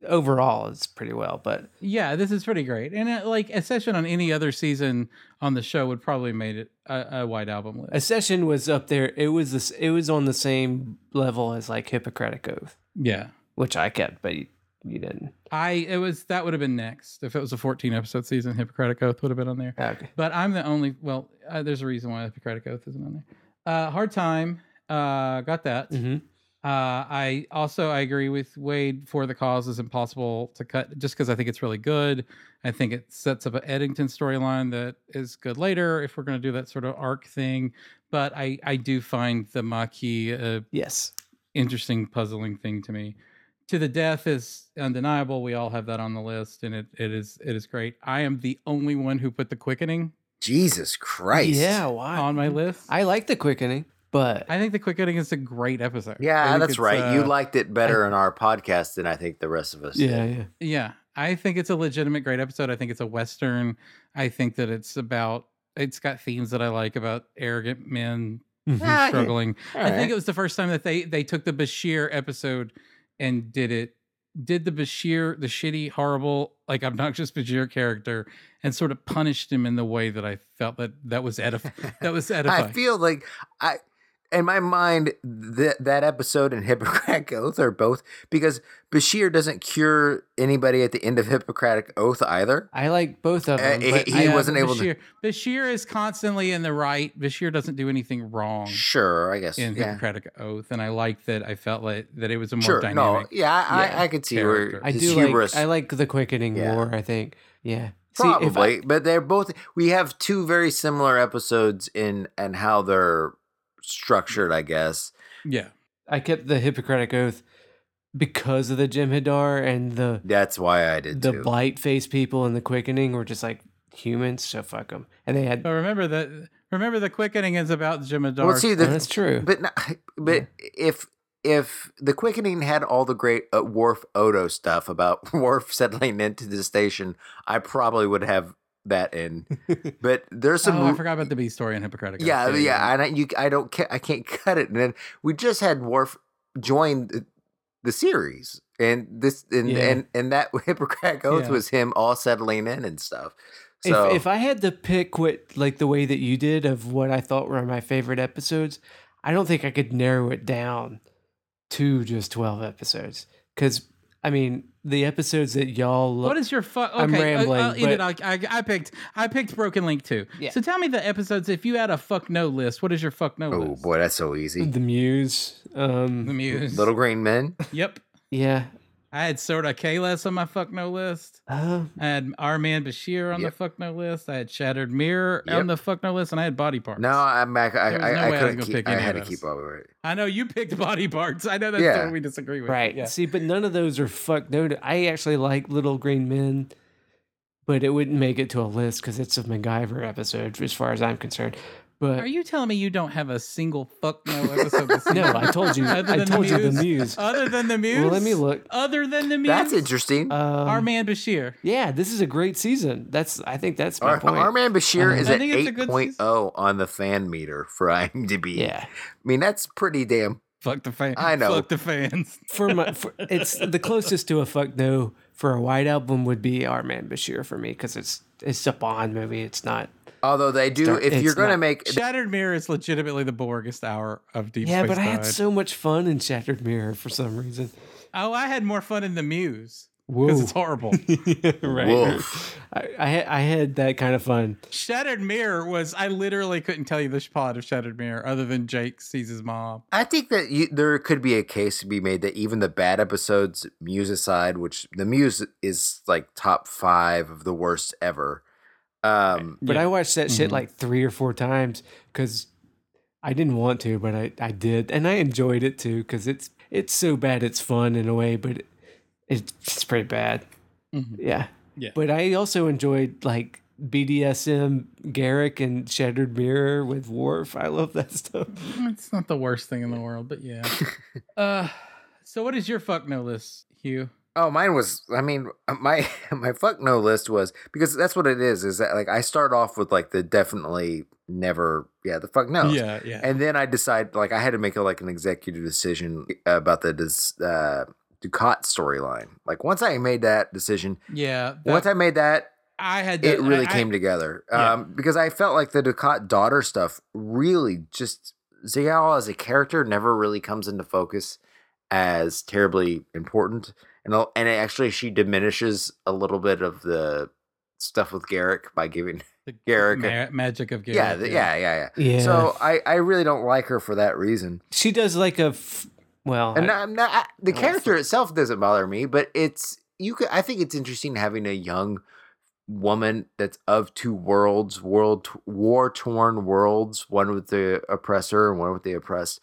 S2: overall, it's pretty well. But
S3: Yeah, this is pretty great, and uh like a session on any other season on the show would probably made it a, a wide album list.
S2: a session was up there. It was this. It was on the same level as like Hippocratic Oath,
S3: yeah,
S2: which I kept, but you, you didn't.
S3: I it was that would have been next if it was a fourteen episode season. Hippocratic Oath would have been on there,
S2: Okay.
S3: but I'm the only. Well, uh, there's a reason why Hippocratic Oath isn't on there. Uh, hard time, uh, got that.
S2: Mm-hmm.
S3: Uh, I also I agree with Wade for the cause is impossible to cut just because I think it's really good. I think it sets up an Eddington storyline that is good later if we're going to do that sort of arc thing. But I I do find the Maquis a
S2: Yes.
S3: interesting puzzling thing to me. To the death is undeniable. We all have that on the list, and it it is it is great. I am the only one who put the quickening
S4: Jesus Christ.
S2: Yeah. Why? Mm-hmm.
S3: on my list. I,
S2: I like the quickening, but
S3: think the quickening is a great episode. I
S4: Yeah,
S3: think
S4: that's
S3: it's,
S4: right. you
S3: uh,
S4: liked it better in our podcast than I think the rest of us.
S2: yeah,
S4: did.
S2: yeah.
S3: Yeah, I think it's a legitimate great episode. I think it's a western. I think that it's about it's got themes that I like about arrogant men who
S4: Ah,
S2: Mm-hmm.
S3: are struggling.
S4: All
S3: I think
S4: right.
S3: it was the first time that they they took the Bashir episode and did it did the Bashir the shitty horrible like obnoxious Bashir character and sort of punished him in the way that I felt that that was
S4: [LAUGHS]
S3: edifying. that was edifying.
S4: I feel like I, in my mind, that that episode and [LAUGHS] Hippocratic Oath are both because Bashir doesn't cure anybody at the end of Hippocratic Oath either.
S2: I like both of
S4: Uh,
S2: them. but
S4: he-
S2: I-
S4: he
S3: Yeah,
S4: wasn't
S3: but
S4: able to-
S3: Bashir, Bashir is constantly in the right. Bashir doesn't do anything wrong.
S4: Sure, I guess.
S3: in
S4: yeah.
S3: Hippocratic Oath, and I like that. I felt like that it was a more
S4: Sure. No.
S3: dynamic.
S4: Yeah, I,
S3: yeah,
S4: I, I could see
S3: character.
S4: where
S2: I
S4: his
S2: do
S4: hubris.
S2: like. I like the quickening
S4: Yeah.
S2: more. I think. Yeah. See, if I-
S4: Probably, but they're both. We have two very similar episodes in and how they're structured. I guess.
S3: Yeah,
S2: I kept the Hippocratic Oath because of the Jim Hadar and the
S4: That's why I did
S2: the
S4: too.
S2: blight face people and the quickening were just like humans, so fuck them. And they had
S3: but remember that. Remember the quickening is about Jemadar.
S4: Well, see, the,
S2: that's true.
S4: But not, [LAUGHS] but if if the quickening had all the great uh, Worf Odo stuff about [LAUGHS] Worf settling into the station, I probably would have that in. But there's some.
S3: oh, I forgot about the B story in Hippocratic. Oath.
S4: yeah,
S3: There you
S4: yeah,
S3: go.
S4: and I, you, I don't, ca- I can't [LAUGHS] cut it. And then we just had Worf join the, the series, and this, and
S2: Yeah.
S4: and and that [LAUGHS] Hippocratic oath
S3: Yeah.
S4: was him all settling in and stuff.
S2: if,
S4: So
S2: if I had to pick what like the way that you did of what I thought were my favorite episodes, I don't think I could narrow it down to just twelve episodes. Cause I mean, the episodes that y'all lo-
S3: What is your fuck? Okay,
S2: I'm rambling,
S3: I, will eat it. I, I, I picked. I picked Broken Link too.
S2: Yeah.
S3: So tell me the episodes. If you had a fuck no list, what is your fuck no
S4: oh
S3: list?
S4: boy, that's so easy.
S3: [LAUGHS]
S2: the muse.
S3: The
S2: Um
S3: Muse.
S4: Little green men.
S3: [LAUGHS] Yep.
S2: yeah.
S3: I had Sorta Kalis on my fuck no list.
S2: Uh,
S3: I had our man Bashir on
S4: Yep.
S3: the fuck no list. I had Shattered Mirror
S4: Yep.
S3: on the fuck no list, and I had Body Parts.
S4: No, I'm back. I,
S3: There was
S4: I,
S3: no way
S4: I
S3: I was
S4: couldn't
S3: gonna
S4: keep.
S3: pick
S4: I
S3: any
S4: had
S3: of
S4: to keep
S3: those.
S4: over it.
S3: I know you picked [LAUGHS] Body Parts. I know that's
S4: Yeah.
S3: the one we disagree with.
S2: Right.
S3: Yeah.
S2: See, but none of those are fuck no. I actually like Little Green Men, but it wouldn't make it to a list because it's a MacGyver episode, as far as I'm concerned.
S3: Are
S2: But
S3: you telling me you don't have a single
S2: [LAUGHS]
S3: fuck no episode? this
S2: no,
S3: season?
S2: I
S3: [LAUGHS]
S2: told you.
S3: Other
S2: I
S3: than the
S2: told you the
S3: Muse?
S2: muse.
S3: Other than the muse.
S2: Well, let me look.
S3: Other than the muse.
S4: That's interesting.
S3: Our
S2: Um,
S3: man Bashir.
S2: yeah, this is a great season. That's I think that's my
S4: Our,
S2: point.
S4: our man Bashir
S2: Uh-huh.
S4: is
S3: I
S4: at
S3: think it's a good
S4: 8.0 on the fan meter for [LAUGHS] IMDb.
S2: yeah,
S4: I mean, that's pretty damn.
S3: Fuck the fans.
S4: I know.
S3: Fuck the fans.
S2: for my for, it's the closest to a fuck no for a white album would be Our Man Bashir for me because it's it's a Bond movie. It's not.
S4: Although they do,
S2: Start-
S4: if
S2: it's
S4: you're going to
S2: not-
S4: make.
S3: [LAUGHS] Shattered Mirror is legitimately the boringest hour of Deep
S2: Yeah,
S3: Space
S2: but I had
S3: Nine.
S2: so much fun in Shattered Mirror for some reason. [LAUGHS]
S3: oh, I had more fun in the muse.
S2: Whoa.
S3: because it's [LAUGHS] horrible.
S2: right.
S4: Woof.
S2: I, I, had, I had that kind of fun.
S3: Shattered Mirror was I literally couldn't tell you the plot of Shattered Mirror other than Jake sees his mom.
S4: I think that you, there could be a case to be made that even the bad episodes, Muse aside, which the Muse is like top five of the worst ever. Um,
S2: But
S3: Yeah.
S2: I watched that shit
S3: Mhm.
S2: like three or four times because I didn't want to, but I, I did, and I enjoyed it too because it's it's so bad it's fun in a way, but it, it's pretty bad.
S3: Mhm.
S2: Yeah,
S3: Yeah.
S2: But I also enjoyed like BDSM Garrick and Shattered Mirror with Worf. I love that [LAUGHS] stuff.
S3: It's not the worst thing in the world, but
S4: [LAUGHS]
S3: yeah. uh, so what is your fuck no list, Hugh?
S4: Oh, mine was. I mean, uh, my [LAUGHS] my fuck no list was because that's what it is. Is that like I start off with like the definitely never. Yeah, the fuck no.
S3: Yeah, yeah.
S4: And then I decide like I had to make a, like an executive decision eh, about the dis, uh, Ducat storyline. Like once I made that decision,
S3: yeah.
S4: once
S3: that-
S4: I made that,
S3: I had
S4: it
S3: to-
S4: really
S3: I-
S4: came together
S3: Yeah.
S4: um, because I felt like the Ducat daughter stuff really just Zial as a character never really comes into focus as terribly important, and al- and actually she diminishes a little bit of the stuff with Garrick by giving [LAUGHS]
S3: The
S4: Garrick a-
S3: ma- magic of Garrick.
S4: yeah the, yeah yeah
S2: Yeah.
S4: yeah. So I, I really don't like her for that reason,
S2: she does like a f- well.
S4: and
S2: I-
S4: I'm not, I, the
S2: I don't
S4: character itself doesn't bother me, but it's you. Could, I think it's interesting having a young woman that's of two worlds world war torn worlds one with the oppressor and one with the oppressed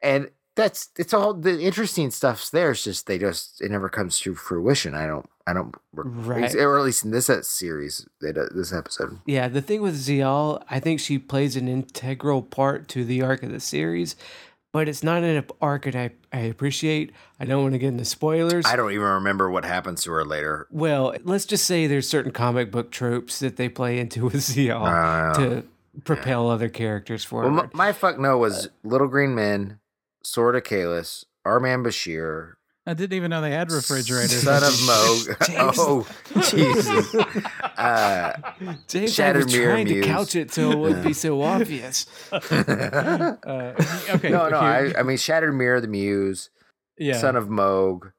S4: and that's it's all the interesting stuff's there it's just they just it never comes to fruition i don't i don't
S2: Right.
S4: or at least in this uh, series they don't- this episode
S2: Yeah, the thing with Zial, I think she plays an integral part to the arc of the series, but it's not an arc that I, I appreciate. I don't want to get into spoilers.
S4: i don't even remember what happens to her later
S2: well, let's just say there's certain comic book tropes that they play into [LAUGHS] with Zial
S4: Uh,
S2: Oh, to propel other characters
S4: well,
S2: forward.
S4: my, my fuck no was little green men sword of Kalis, arman bashir
S3: I didn't even know they had refrigerators.
S4: son of moog
S2: James.
S3: [LAUGHS]
S4: [LAUGHS] oh jesus uh [LAUGHS]
S2: James, I
S4: Shattered
S2: was
S4: Mirror
S2: trying to
S4: Muse.
S2: couch it so it wouldn't be so
S4: [LAUGHS]
S2: obvious. Uh,
S3: okay.
S4: no, no.
S3: Hugh-
S4: I, I mean, Shattered Mirror, the Muse,
S3: [LAUGHS] yeah.
S4: Son of Moog,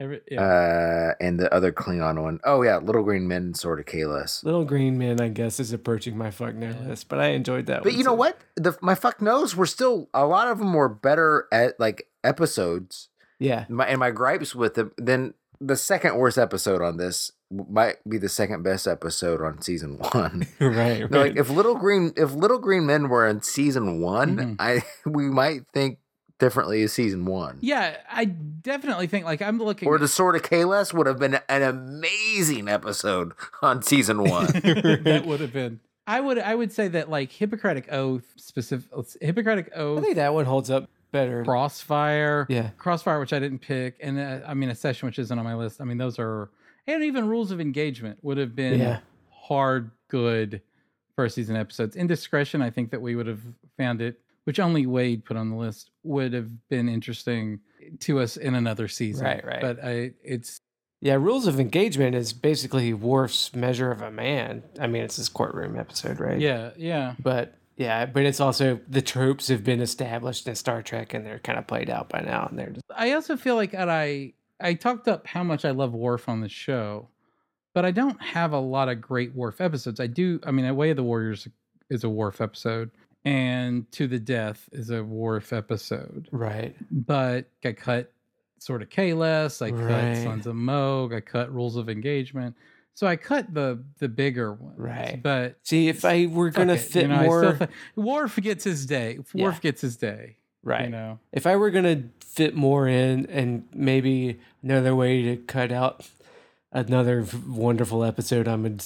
S3: Every- yeah.
S4: uh, and the other Klingon one. Oh yeah, Little Green Men, Sword of Kalos.
S2: Little Green Man, I guess, is approaching my fuck no list, but I enjoyed that
S4: But
S2: one
S4: you know
S2: too.
S4: what? The my fuck knows were still a lot of them were better at like episodes. [LAUGHS]
S2: Yeah.
S4: My and my gripes with them then the second worst episode on this might be the second best episode on season [LAUGHS] one.
S2: right, right. [LAUGHS]
S4: No, like if little green if little green men were in season one,
S3: Mhm.
S4: I [LAUGHS] we might think differently of season one.
S3: yeah, I definitely think like I'm looking
S4: Or the Sword of Kalos would have been an amazing episode on season
S3: [LAUGHS]
S4: one.
S3: that would have been. I would I would say that like Hippocratic Oath specific Hippocratic
S2: I
S3: Oath
S2: think that one holds up better.
S3: Crossfire.
S2: Yeah.
S3: Crossfire, which I didn't pick, and uh, I mean a session which isn't on my list. I mean those are and even rules of engagement would have been
S2: Yeah.
S3: hard good first season episodes. Indiscretion, I think that we would have found it, which only Wade put on the list, would have been interesting to us in another season.
S2: Right, right.
S3: But I it's
S2: Yeah, rules of engagement is basically Worf's measure of a man. I mean, it's his courtroom episode, right?
S3: yeah, yeah.
S2: But yeah, but it's also the tropes have been established in Star Trek and they're kind of played out by now and they're just
S3: I also feel like that I I talked up how much I love Worf on the show, but I don't have a lot of great Worf episodes. I do. I mean, Way of the Warriors is a Worf episode, and To the Death is a Worf episode.
S2: right.
S3: But I cut sort of Kalis, I
S2: Right.
S3: cut Sons of Moog, I cut Rules of Engagement. So I cut the the bigger ones,
S2: Right.
S3: But
S2: See, if I were
S3: fuck
S2: going to
S3: it,
S2: fit
S3: you know, I still
S2: more
S3: thi- Worf gets his day. Worf
S2: Yeah.
S3: gets his day.
S2: right.
S3: You know.
S2: If I were going to fit more in and maybe another way to cut out another v- wonderful episode I'm a d-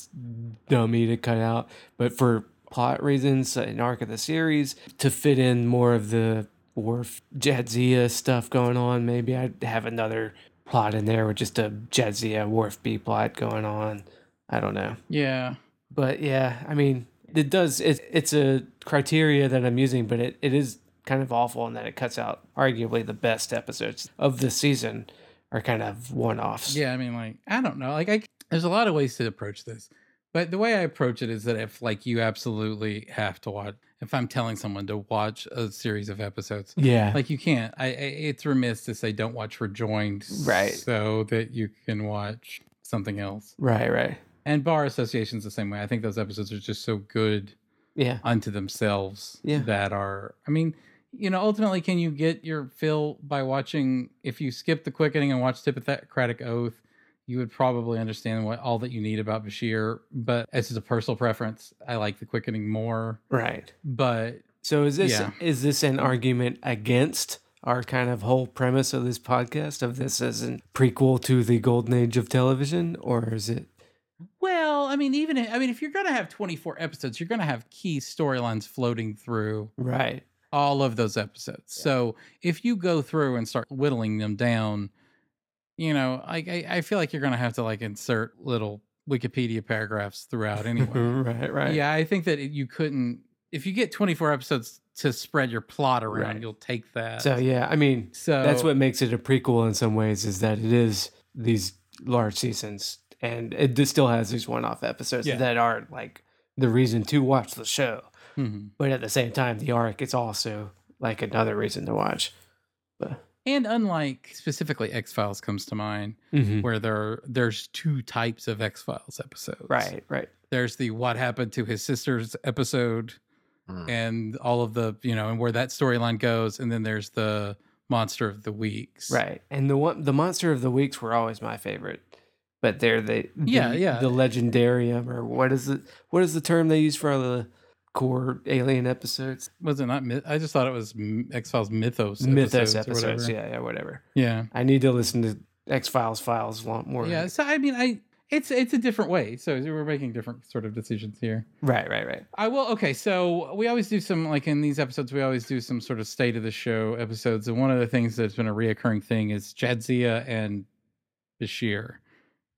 S2: dummy to cut out, but for plot reasons, an arc of the series to fit in more of the Worf Jadzia stuff going on, maybe I'd have another plot in there with just a Jadzia Worf B plot going on. I don't know.
S3: Yeah.
S2: But yeah, I mean, it does. It, it's a criteria that I'm using, but it, it is kind of awful in that it cuts out arguably the best episodes of the season are kind of one offs.
S3: Yeah, I mean, like I don't know. Like I, there's a lot of ways to approach this, but the way I approach it is that if like you absolutely have to watch, if I'm telling someone to watch a series of episodes.
S2: Yeah.
S3: Like you can't. I, I it's remiss to say don't watch Rejoined,
S2: Right.
S3: So that you can watch something else.
S2: right, right.
S3: And Bar Association's the same way. I think those episodes are just so good
S2: Yeah.
S3: unto themselves
S2: Yeah.
S3: that are i mean you know ultimately can you get your fill by watching if you skip the quickening and watch hippocratic oath you would probably understand what all that you need about bashir but as just a personal preference i like the quickening more
S2: Right.
S3: but
S2: So is this
S3: Yeah.
S2: is this an argument against our kind of whole premise of this podcast of this as a prequel to the golden age of television or is it
S3: well i mean even if, i mean if you're gonna have 24 episodes you're gonna have key storylines floating through
S2: right?
S3: all of those episodes. So if you go through and start whittling them down, you know, I I, I feel like you're gonna have to like insert little Wikipedia paragraphs throughout anyway.
S2: right, [LAUGHS] right.
S3: Yeah, I think that it- you couldn't if you get 24 episodes to spread your plot around,
S2: Right.
S3: you'll take that.
S2: So yeah, I mean
S3: So
S2: that's what makes it a prequel in some ways is that it is these large seasons and it just still has these one-off episodes
S3: Yeah.
S2: that are like the reason to watch the show.
S3: Mhm.
S2: But at the same time the arc is also like another reason to watch.
S3: and unlike specifically X Files comes to mind,
S2: Mm.
S3: where there there's two types of X Files episodes.
S2: Right, right.
S3: There's the what happened to his sisters episode,
S4: Mm.
S3: and all of the you know and where that storyline goes and then there's the monster of the weeks
S2: Right. And the one the monster of the weeks were always my favorite. But they're the, the
S3: Yeah, yeah.
S2: the legendarium or what is it what is the term they use for the core alien episodes?
S3: was it not myth i just thought it was x files mythos
S2: Mythos
S3: or
S2: episodes.
S3: whatever.
S2: Yeah, yeah, whatever.
S3: yeah
S2: I need to listen to X Files files a lot more.
S3: yeah so i mean i it's it's a different way so we're making different sort of decisions here
S2: Right, right, right.
S3: I will. Okay, so we always do some like in these episodes, we always do some sort of state of the show episodes, and one of the things that's been a reoccurring thing is Jadzia and Bashir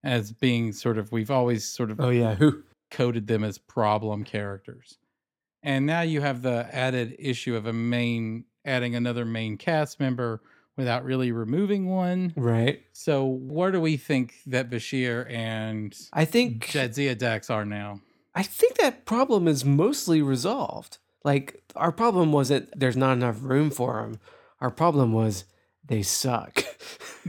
S3: as being sort of we've always sort of
S2: Oh yeah. Who
S3: coded them as problem characters, and now you have the added issue of a main adding another main cast member without really removing one.
S2: Right.
S3: So where do we think that Bashir and
S2: I think
S3: Jadzia Dax are now?
S2: I think that problem is mostly resolved. Like our problem wasn't there's not enough room for them. Our problem was they suck. [LAUGHS]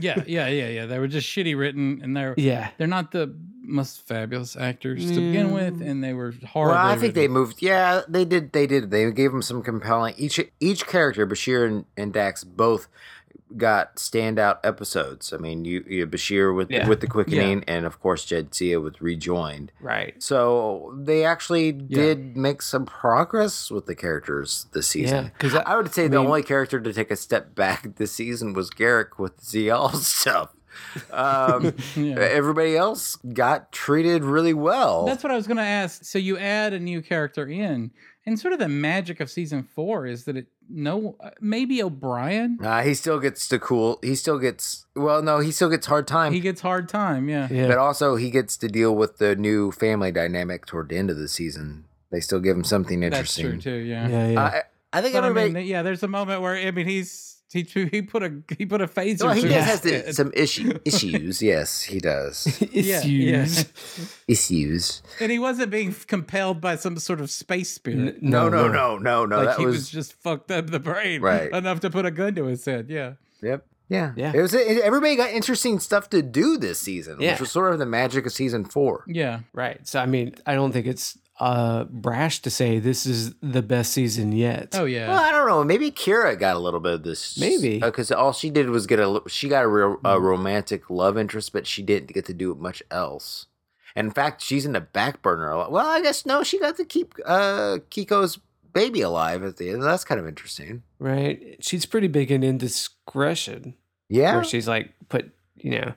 S3: Yeah, yeah, yeah, yeah. They were just shitty written, and they're
S2: yeah.
S3: they're not the most fabulous actors to begin with,
S2: Yeah.
S3: and they were horrible.
S4: Well, I think they moved. Yeah, they did. They did. They gave them some compelling. Each each character, Bashir and, and Dax, both got standout episodes. I mean, you, you Bashir with
S2: Yeah.
S4: with the quickening, and of course Jedzia with rejoined.
S2: Right.
S4: So they actually did make some progress with the characters this
S2: Yeah.
S4: season.
S2: Because
S4: I would say the
S2: mean-
S4: only character to take a step [LAUGHS] back this season was Garrick with ZL [LAUGHS] stuff.
S2: [LAUGHS]
S4: Um, [LAUGHS]
S3: Yeah.
S4: everybody else got treated really well.
S3: That's what I was going to ask. So you add a new character in, and sort of the magic of season four is that it no maybe O'Brien
S4: Uh, he still gets the cool. He still gets well. No, he still gets hard time,
S3: he gets hard time. Yeah,
S2: yeah.
S4: but also he gets to deal with the new family dynamic toward the end of the season. They still give him something
S3: that's
S4: interesting.
S3: true too. Yeah,
S2: yeah, yeah. [LAUGHS]
S4: I, I think
S3: But I
S4: everybody.
S3: mean, yeah. There's a moment where I mean he's he he put a he put a phaser.
S4: well, he
S3: through
S4: does
S3: his
S4: has the,
S3: head.
S4: some
S3: [LAUGHS]
S4: issue, issues. Yes, he does.
S3: Yeah, yeah.
S2: Issues.
S4: Issues.
S3: and he wasn't being compelled by some sort of space
S2: [LAUGHS]
S3: spirit.
S2: N-
S4: No, no, no, no, no.
S3: like
S4: that
S3: he was,
S4: was,
S3: just fucked up the brain
S4: Right.
S3: enough to put a gun to his head. Yeah.
S4: Yep. Yeah.
S2: Yeah.
S4: It was. It, everybody got interesting stuff to do this season,
S2: Yeah.
S4: which was sort of the magic of season four.
S3: Yeah.
S2: Right. So I mean, I don't think it's uh brash to say this is the best season yet.
S3: Oh yeah.
S4: Well, I don't know. Maybe Kira got a little bit of this.
S2: Maybe.
S4: because all she did was get a li- she got a, real, a
S3: Mm-hmm.
S4: romantic love interest, but she didn't get to do much else. And in fact, she's in the back burner a lot. Well, I guess no, she got to keep uh, Kiko's baby alive at the end. That's kind of interesting.
S2: Right. She's pretty big in indiscretion,
S4: Yeah,
S2: where she's like put, you know,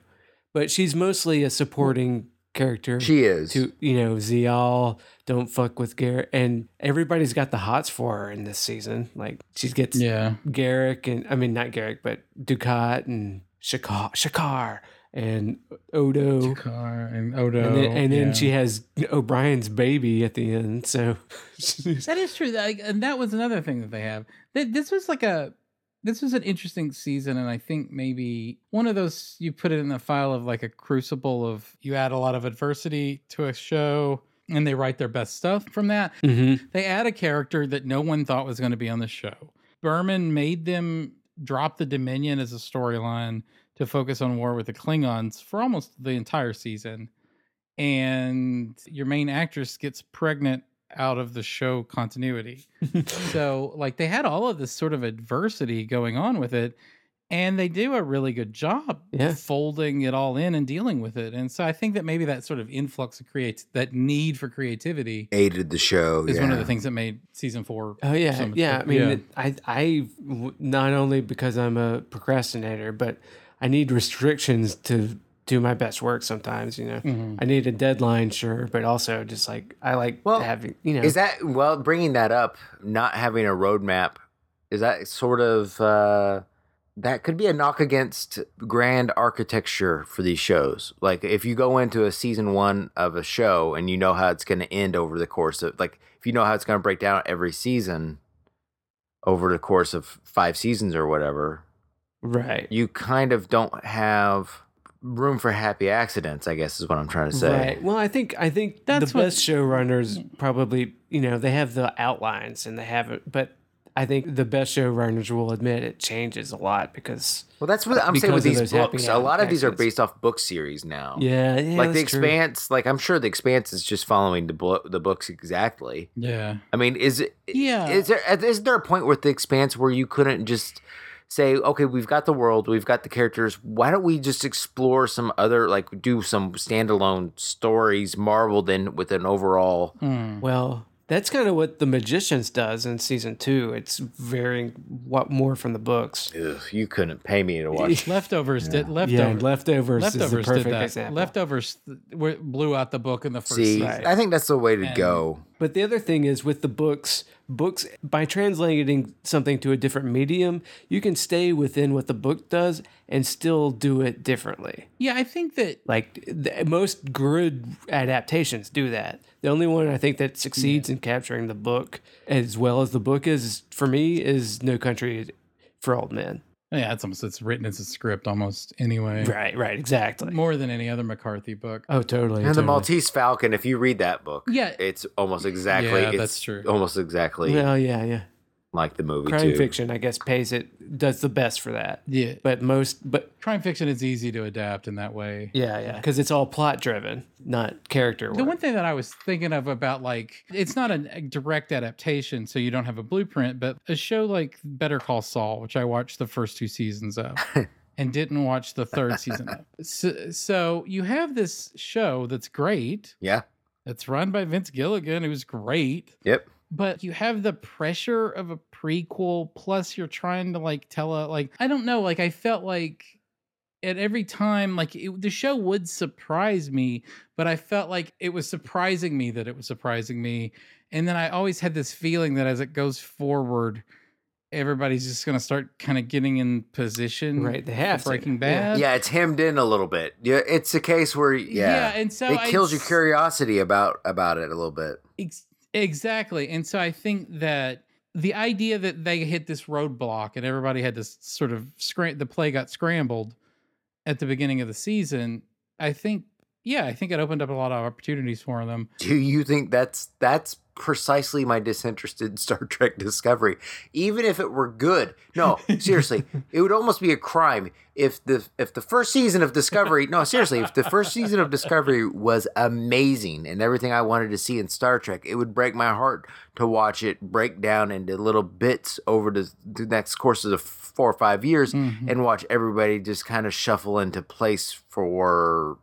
S2: but she's mostly a supporting character.
S4: she is.
S2: to you know Zial, don't fuck with Garrett, and everybody's got the hots for her in this season. Like she gets
S3: yeah.
S2: Garrick and I mean not Garrick, but Ducat and Shakar, Shakar and Odo,
S3: Dakar and Odo.
S2: and then, and then
S3: yeah.
S2: she has O'Brien's baby at the end. So [LAUGHS]
S3: That is true. Like, and that was another thing that they have. Th- This was like a. This was an interesting season, and I think maybe one of those you put it in the file of like a crucible of you add a lot of adversity to a show, and they write their best stuff from that.
S2: [LAUGHS] Mm-hmm.
S3: They add a character that no one thought was going to be on the show. Berman made them drop the Dominion as a storyline to focus on war with the Klingons for almost the entire season. And your main actress gets pregnant out of the show continuity. so, like, they had all of this sort of adversity going on with it. And they do a really good job
S2: Yeah.
S3: folding it all in and dealing with it. And so I think that maybe that sort of influx of creates that need for creativity
S4: Aided the show.
S3: is
S4: yeah.
S3: one of the things that made season four.
S2: Oh yeah,
S3: Some-
S2: yeah. I mean,
S3: yeah.
S2: it- I I w- not only because I'm a procrastinator, but I need restrictions to do my best work sometimes. You know,
S3: Mm. Mm-hmm.
S2: I need a deadline, sure, but also just like I like
S4: Well,
S2: having you know.
S4: Is that well? Bringing that up, not having a roadmap, is that sort of uh, that could be a knock against grand architecture for these shows? Like if you go into a season one of a show and you know how it's going to end over the course of like if you know how it's going to break down every season over the course of five seasons or whatever,
S2: right?
S4: you kind of don't have room for happy accidents. I guess is what I'm trying to say.
S2: Right. Well, I think I think
S3: That's
S2: the
S3: what-
S2: best showrunners probably you know they have the outlines and they have it, but I think the best showrunners will admit it changes a lot because
S4: Well, that's what I'm saying with
S2: because of those
S4: these
S2: happy
S4: books. A lot of these are
S2: accidents.
S4: based off book series now.
S2: yeah, yeah
S4: like the
S2: that's true.
S4: Expanse. Like I'm sure the Expanse is just following the bo- the books exactly.
S3: Yeah.
S4: I mean, is it?
S3: Yeah.
S4: [LAUGHS] Is there is there a point with the Expanse where you couldn't just say, okay, we've got the world, we've got the characters. Why don't we just explore some other like do some standalone stories marveled in with an overall?
S3: Mm.
S2: Well, that's kind of what the Magicians does in season two. It's varying what more from the books.
S4: Ugh, you couldn't pay me to watch.
S3: Leftovers did
S2: Yeah,
S3: leftovers.
S2: leftovers,
S3: leftovers
S2: is the perfect
S3: did that.
S2: example.
S3: Leftovers th- were- blew out the book in the first
S4: See,
S3: season.
S4: I think that's the way to go.
S2: but the other thing is with the books, books by translating something to a different medium, you can stay within what the book does and still do it differently.
S3: Yeah, I think that
S2: Like th most good adaptations do that. The only one I think that succeeds in capturing the book as well as the book is for me is No Country for Old Men.
S3: Oh, yeah, it's almost it's written as a script almost anyway.
S2: Right, right, exactly.
S3: More than any other McCarthy book. Uh,
S2: Oh, totally.
S4: And the
S2: totally.
S4: Maltese Falcon, if you read that book,
S3: Yeah.
S4: it's almost exactly
S3: Yeah,
S4: it's
S3: that's true.
S4: Almost exactly
S2: Well, yeah, yeah.
S4: like the movie
S2: Crime
S4: too.
S2: fiction, I guess, pays it does the best for that.
S3: Yeah.
S2: But most, but
S3: Crime fiction is easy to adapt in that way.
S2: yeah, yeah, because it's all plot driven, not character.
S3: The
S2: work.
S3: one thing that I was thinking of about like it's not a a direct adaptation, so you don't have a blueprint, but a show like Better Call Saul, which I watched the first two seasons of and didn't watch the third season of. So, so you have this show that's great.
S4: Yeah.
S3: It's run by Vince Gilligan, who's great.
S4: Yep.
S3: But you have the pressure of a prequel, plus you're trying to like tell a like I don't know, like I felt like at every time like it, the show would surprise me, but I felt like it was surprising me that it was surprising me, and then I always had this feeling that as it goes forward, everybody's just gonna start kind of getting in position,
S2: Right, they
S3: for
S2: have to.
S3: Breaking
S2: Yeah.
S3: Bad,
S4: Yeah, it's hemmed in a little bit. Yeah, it's a case where yeah,
S3: and so
S4: it kills
S3: I
S4: your curiosity about about it a little bit.
S3: Ex- exactly. And so I think that the idea that they hit this roadblock and everybody had this sort of scram- the play got scrambled at the beginning of the season, I think yeah, I think it opened up a lot of opportunities for them.
S4: Do you think that's that's precisely my disinterest in [LAUGHS] Star Trek Discovery? Even if it were good, no, seriously, it would almost be a crime if the if the first season of Discovery, no, seriously, if the first season of Discovery was amazing and everything I wanted to see in Star Trek, it would break my heart to watch it break down into little bits over the, the next course of the four or five years and
S2: Mm.
S4: watch everybody just kind of shuffle into place for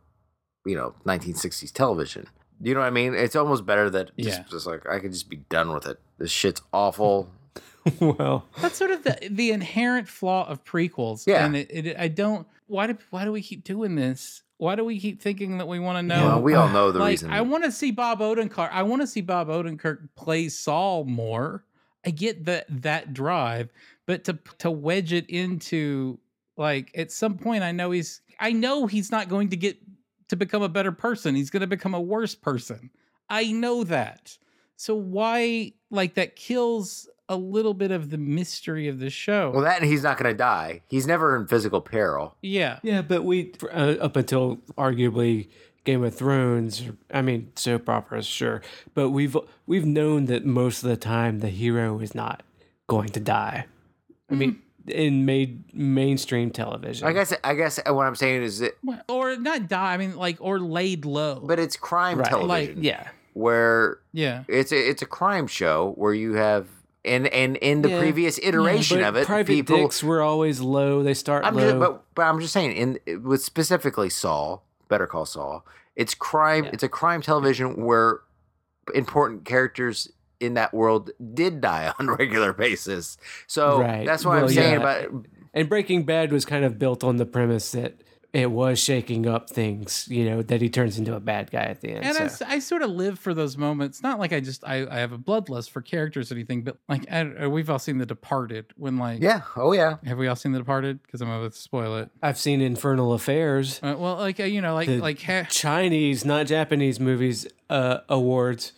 S4: you know 1960s television you know what i mean it's almost better that just,
S3: Yeah.
S4: just like i could just be done with it this shit's awful
S2: [LAUGHS] well,
S3: That's sort of the the inherent flaw of prequels.
S4: Yeah.
S3: And it, it, I don't why do why do we keep doing this? Why do we keep thinking that we want to know
S4: well, we all know the
S3: like
S4: reason
S3: I want to see Bob Odenkirk. I want to see Bob Odenkirk play Saul more. I get that that drive, but to to wedge it into like at some point, I know he's I know he's not going to get to become a better person. He's going to become a worse person. I know that. So why like that kills a little bit of the mystery of the show?
S4: well that and he's not gonna die he's never in physical peril
S3: yeah.
S2: yeah, but we for, uh, up until arguably Game of Thrones, I mean soap operas, sure, but we've we've known that most of the time the hero is not going to die. I mean, in made mainstream television,
S4: I guess I guess uh, what I'm saying is that,
S3: Well, or not die. I mean, like or laid low.
S4: but it's crime
S2: Right.
S4: television
S2: yeah,
S4: where
S3: yeah,
S4: it's a, it's a crime show where you have and and in the
S2: Yeah.
S4: previous iteration
S2: But
S4: of it,
S2: private
S4: people.
S2: dicks were always low. They start
S4: I'm
S2: low.
S4: just, but but I'm just saying in with specifically Saul, Better Call Saul. It's crime.
S2: Yeah.
S4: It's a crime television where important characters in that world did die [LAUGHS] on a regular basis. So
S2: Right.
S4: that's what I'm
S2: Well,
S4: saying
S2: yeah.
S4: about
S2: And Breaking Bad was kind of built on the premise that it was shaking up things, you know, that he turns into a bad guy at the end.
S3: and I
S2: so-
S3: s- I, sort of live for those moments. Not like I just I, I have a bloodlust for characters or anything, but like I, I- we've all seen The Departed. When like
S4: yeah. Oh yeah.
S3: have we all seen The Departed? Because I'm about to spoil it.
S2: I've seen Infernal Affairs,
S3: Uh, well, like uh, you know, like
S2: The-
S3: like ha-
S2: Chinese, not Japanese movies uh, awards.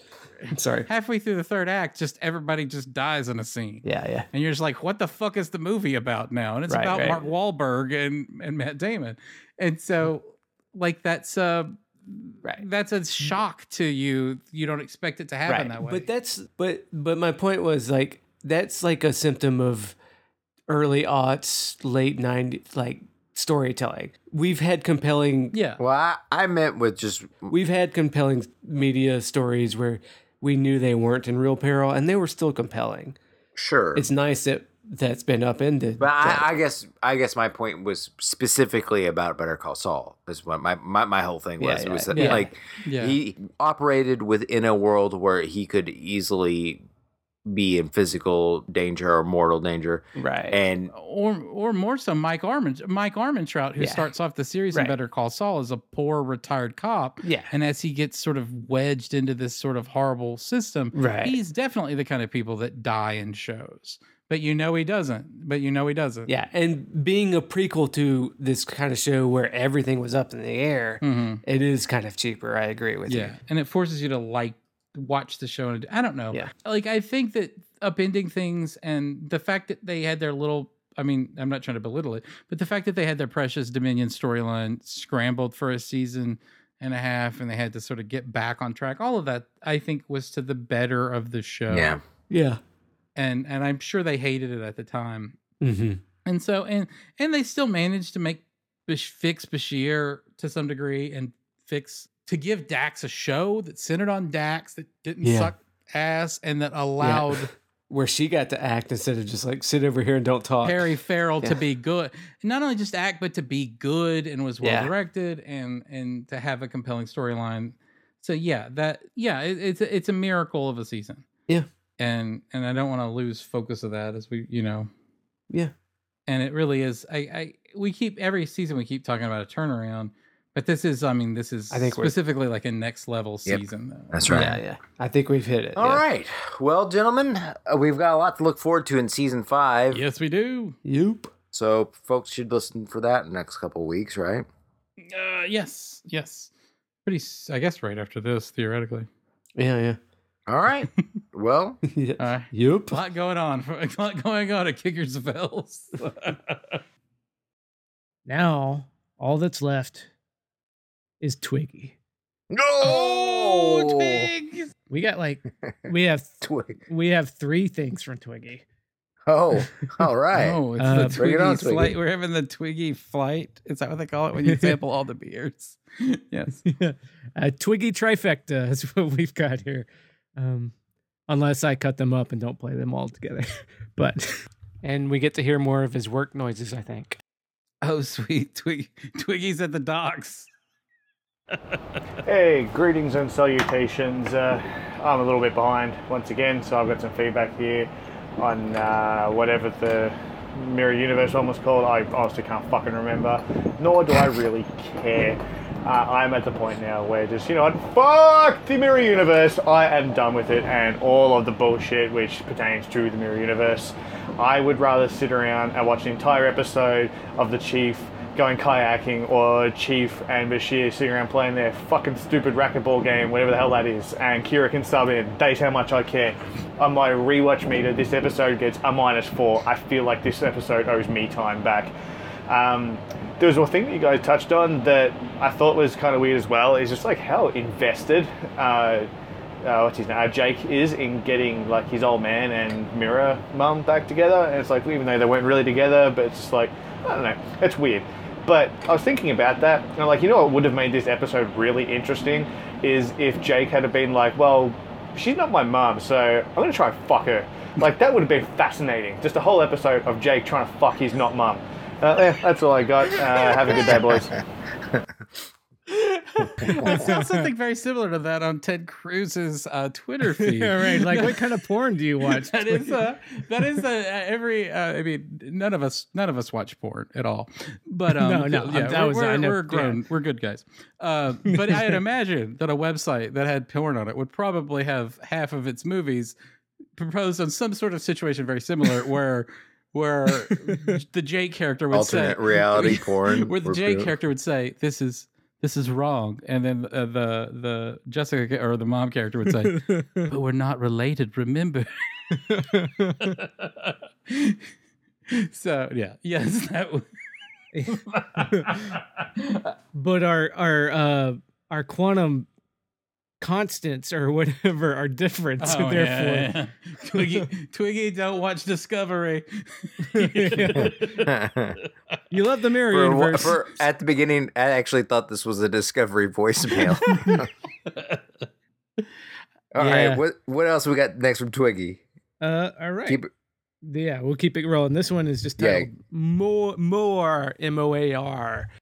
S2: I'm sorry.
S3: halfway through the third act, just everybody just dies in a scene.
S2: Yeah, yeah.
S3: And you're just like, what the fuck is the movie about now? And it's
S2: Right,
S3: about
S2: right.
S3: Mark Wahlberg and, and Matt Damon. And so like that's uh
S2: Mm-hmm. Right. Mm-hmm.
S3: that's a shock to you. You don't expect it to happen that way.
S2: But that's but but my point was like that's like a symptom of early aughts, late 90s like storytelling. We've had compelling
S3: yeah.
S4: Well, I, I meant with just
S2: we've had compelling media stories where we knew they weren't in real peril and they were still compelling.
S4: sure.
S2: It's nice that that's been upended.
S4: But I, I guess I guess my point was specifically about Better Call Saul is what my my, my whole thing
S2: Yeah,
S4: was.
S2: yeah,
S4: was that,
S2: yeah.
S4: like
S3: Yeah.
S4: he operated within a world where he could easily be in physical danger or mortal danger,
S2: right.
S4: and
S3: or or more so Mike Armin Mike Armentrout, who
S2: Yeah.
S3: starts off the series in
S2: Right.
S3: Better Call Saul as a poor retired cop.
S2: yeah.
S3: And as he gets sort of wedged into this sort of horrible system,
S2: Right.
S3: he's definitely the kind of people that die in shows. But you know he doesn't. But you know he doesn't.
S2: yeah. And being a prequel to this kind of show where everything was up in the air,
S3: Mhm.
S2: it is kind of cheaper. I agree with
S3: Yeah. And it forces you to like watch the show. And I don't know.
S2: Yeah.
S3: Like I think that upending things and the fact that they had their little. I mean, I'm not trying to belittle it, but the fact that they had their precious Dominion storyline scrambled for a season and a half and they had to sort of get back on track, all of that I think was to the better of the show.
S4: yeah,
S2: you. Yeah.
S3: and and I'm sure they hated it at the time.
S2: hmm
S3: And so and and they still managed to make Bash- fix Bashir to some degree and fix to give Dax a show that centered on Dax that didn't
S2: Yeah.
S3: suck ass and that allowed
S2: [LAUGHS] Where she got to act instead of just like sit over here and don't talk.
S3: Perry Farrell
S2: Yeah.
S3: to be good. Not only just act but to be good and was well
S2: Yeah.
S3: directed and and to have a compelling storyline. So yeah, that yeah, it, it's a- it's a miracle of a season.
S2: Yeah.
S3: And and I don't want to lose focus of that as we, you know,
S2: Yeah.
S3: and it really is I, I we keep every season we keep talking about a turnaround but this is i mean this is
S2: I think we're-
S3: specifically like a next level
S4: Yep.
S3: season though.
S4: that's right.
S2: Yeah. Yeah. I think we've hit it.
S4: All
S2: yeah.
S4: right, well, gentlemen, uh, we've got a lot to look forward to in season five.
S3: yes we do
S2: Yoop.
S4: So folks should listen for that in the next couple of weeks, right?
S3: uh, yes yes pretty s- i guess right after this theoretically
S2: Yeah.
S4: All right. well,
S2: Yeah. [LAUGHS] yeah.
S3: all right
S2: Yoop.
S3: a lot going on [LAUGHS] a lot going on at kickers of Hells.
S5: Now, all that's left is Twiggy.
S4: no.
S3: oh
S4: [LAUGHS]
S3: twig
S5: We got like [LAUGHS] we have
S4: Twig.
S5: we have three things from [LAUGHS] Twiggy.
S4: Oh,
S3: [LAUGHS]
S4: all right.
S3: oh it's
S5: Uh,
S3: the
S4: Bring
S3: twiggy
S4: it on, Twiggy.
S3: flight we're having the twiggy flight is that what they call it when you sample all the beers [LAUGHS] yes
S5: a Uh, Twiggy trifecta [LAUGHS] is what we've got here. Um, unless I cut them up and don't play them all together. [LAUGHS] but
S2: And we get to hear more of his work noises, I
S5: [LAUGHS]
S2: think.
S3: oh sweet twig twiggy's at the docks
S6: Hey, greetings and salutations. Uh, I'm a little bit behind once again, so I've got some feedback here on uh, whatever the Mirror Universe one was called. I honestly can't fucking remember, nor do I really care. Uh, I'm at the point now where just, you know what, fuck the Mirror Universe. I am done with it and all of the bullshit which pertains to the Mirror Universe. I would rather sit around and watch an entire episode of The Chief going kayaking or Chief and Bashir sitting around playing their fucking stupid racquetball game, whatever the hell that is, and Kira can sub in. Date how much I care. On my rewatch meter, this episode gets a minus four. I feel like this episode owes me time back. Um, there was one thing that you guys touched on that I thought was kind of weird as well. Is just like how invested uh, uh, what's his name, uh, Jake is in getting like his old man and Mira mum back together. And it's like even though they weren't really together, but it's just like I don't know, it's weird. But I was thinking about that, and I'm like you know what would have made this episode really interesting is if Jake had have been like, well, she's not my mum, so I'm gonna try and fuck her. Like that would have been fascinating. Just a whole episode of Jake trying to fuck his not mum. Uh, yeah, that's all I got. Uh, have a good day, boys.
S3: I saw something very similar to that on Ted Cruz's uh, Twitter feed.
S5: All right,
S3: [LAUGHS]
S5: like [LAUGHS] what kind of porn do you watch?
S3: that is a that is a every. Uh, I mean, none of us none of us watch porn at all. But um,
S5: No, no,
S3: yeah,
S5: that
S3: we're,
S5: was-
S3: we're,
S5: I know-
S3: we're grown,
S5: yeah.
S3: we're good guys. Uh, but I'd
S5: [LAUGHS]
S3: imagine that a website that had porn on it would probably have half of its movies proposed on some sort of situation very
S5: [LAUGHS]
S3: similar where where the Jake character would
S4: Alternate
S3: say
S4: reality porn.
S3: where the
S4: We're
S3: Jake
S4: cool.
S3: character would say, "This is this is wrong," and then uh, the the Jessica or the mom character would say,
S5: [LAUGHS]
S3: "But we're not related, remember." so yeah, [LAUGHS] yes, that would.
S5: but our our uh our quantum constants or whatever are different. so
S3: Oh, [LAUGHS]
S5: therefore,
S3: yeah, yeah. Twiggy, Twiggy, don't watch [LAUGHS] Discovery.
S4: [LAUGHS]
S5: you love the mirror
S4: For a wh-
S5: universe.
S4: for- at the beginning, I actually thought this was a Discovery
S5: [LAUGHS]
S4: voicemail. All right,
S5: Yeah.
S4: what what else we got next from Twiggy? [LAUGHS]
S5: uh, all right.
S4: Keep it-
S5: yeah, we'll keep it rolling. This one is just
S4: Yeah.
S5: titled More More M O
S4: [LAUGHS]
S5: A R. [LAUGHS]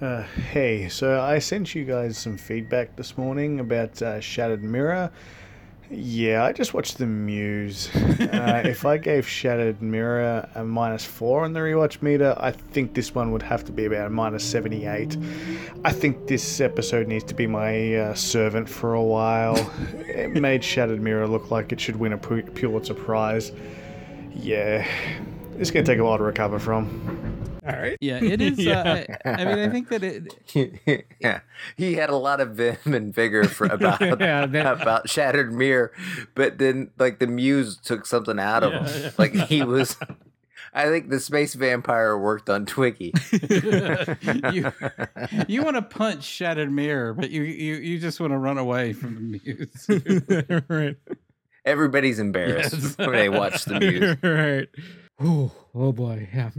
S6: Uh, hey, so I sent you guys some feedback this morning about uh, Shattered Mirror. Yeah, I just watched The Muse. [LAUGHS] Uh, if I gave Shattered Mirror a minus four on the rewatch meter, I think this one would have to be about a minus 78. I think this episode needs to be my uh, servant for a while. it made Shattered Mirror look like it should win a Pu- Pulitzer Prize. Yeah, it's going to take a while to recover from.
S5: All right.
S3: Yeah, it is. Uh, I, I mean, I think that it. [LAUGHS]
S4: yeah, he had a lot of vim and vigor for about [LAUGHS]
S5: [LAUGHS] Yeah, that-
S4: about Shattered Mirror, but then like the muse took something out of him. Like he was, I think the space vampire worked on Twiggy.
S3: you you want to punch shattered mirror, but you you you just want to run away from the
S4: [LAUGHS]
S3: muse.
S5: all right.
S4: Everybody's embarrassed
S3: Yes.
S4: when they watch the
S5: [LAUGHS]
S4: muse.
S5: All right. Whew, oh boy. Yeah.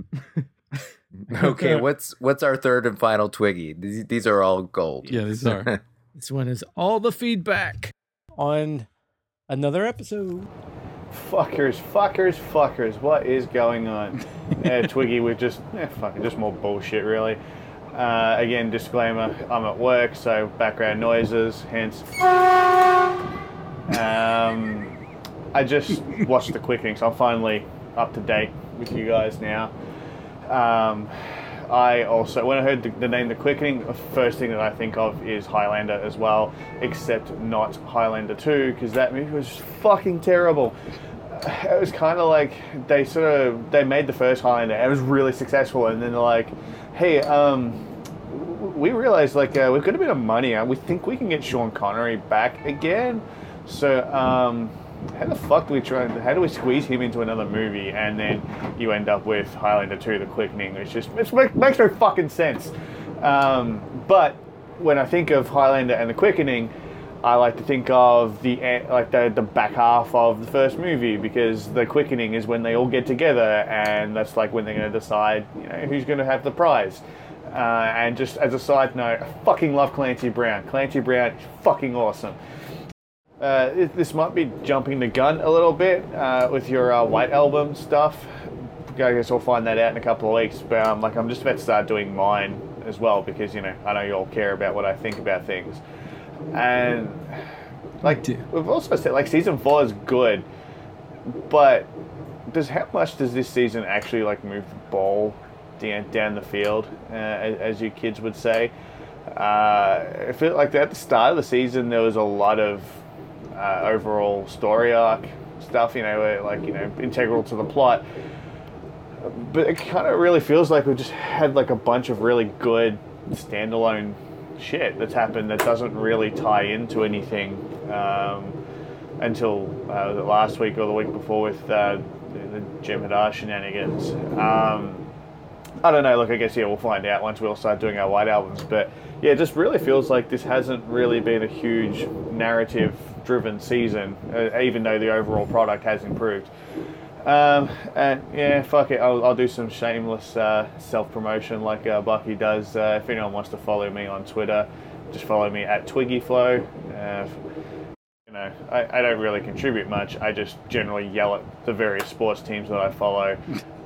S4: Okay, what's what's our third and final Twiggy? These, these are all gold.
S3: yeah, these are.
S5: This one is all the feedback on another episode.
S6: Fuckers, fuckers, fuckers. What is going on? uh, Twiggy with just, eh, fucking, just more bullshit, really. Uh, again, disclaimer I'm at work, so background noises, hence. Um, I just watched the quickening, so I'm finally up to date with you guys now. Um, I also, when I heard the, the name The Quickening, the first thing that I think of is Highlander as well, except not Highlander 2, because that movie was fucking terrible. It was kind of like they sort of they made the first Highlander. It was really successful, and then they're like, "Hey, um, we realized like uh, we've got a bit of money and we think we can get Sean Connery back again. So um, how the fuck do we try? How do we squeeze him into another movie? And then you end up with Highlander 2: The Quickening, which just it makes, makes no fucking sense. Um, but when I think of Highlander and The Quickening, I like to think of the e- like the, the back half of the first movie because the quickening is when they all get together and that's like when they're going to decide you know who's going to have the prize. Uh, and just as a side note, I fucking love Clancy Brown. Clancy Brown is fucking awesome. Uh, this- this might be jumping the gun a little bit uh, with your uh, White Album stuff. I guess we'll find that out in a couple of weeks. But um, like, I'm just about to start doing mine as well because you know I know you all care about what I think about things, and like we've also said, like season four is good, but does how much does this season actually like move the ball down down the field, uh, as, as you kids would say? Uh, I feel like at the start of the season there was a lot of uh, overall story arc stuff, you know, where, like you know integral to the plot. But it kind of really feels like we just had like a bunch of really good standalone shit that's happened that doesn't really tie into anything. Um, until uh, was it last week or the week before with uh, the, the Jim Hadar shenanigans. Um, I don't know. Look, I guess yeah, we'll find out once we all start doing our white albums. But yeah, it just really feels like this hasn't really been a huge narrative-driven season, uh, even though the overall product has improved. Um, and yeah, fuck it. I'll, I'll do some shameless uh, self-promotion like uh, Bucky does. Uh, if anyone wants to follow me on Twitter, just follow me at TwiggyFlow. Uh, you know, I, I don't really contribute much. I just generally yell at the various sports teams that I follow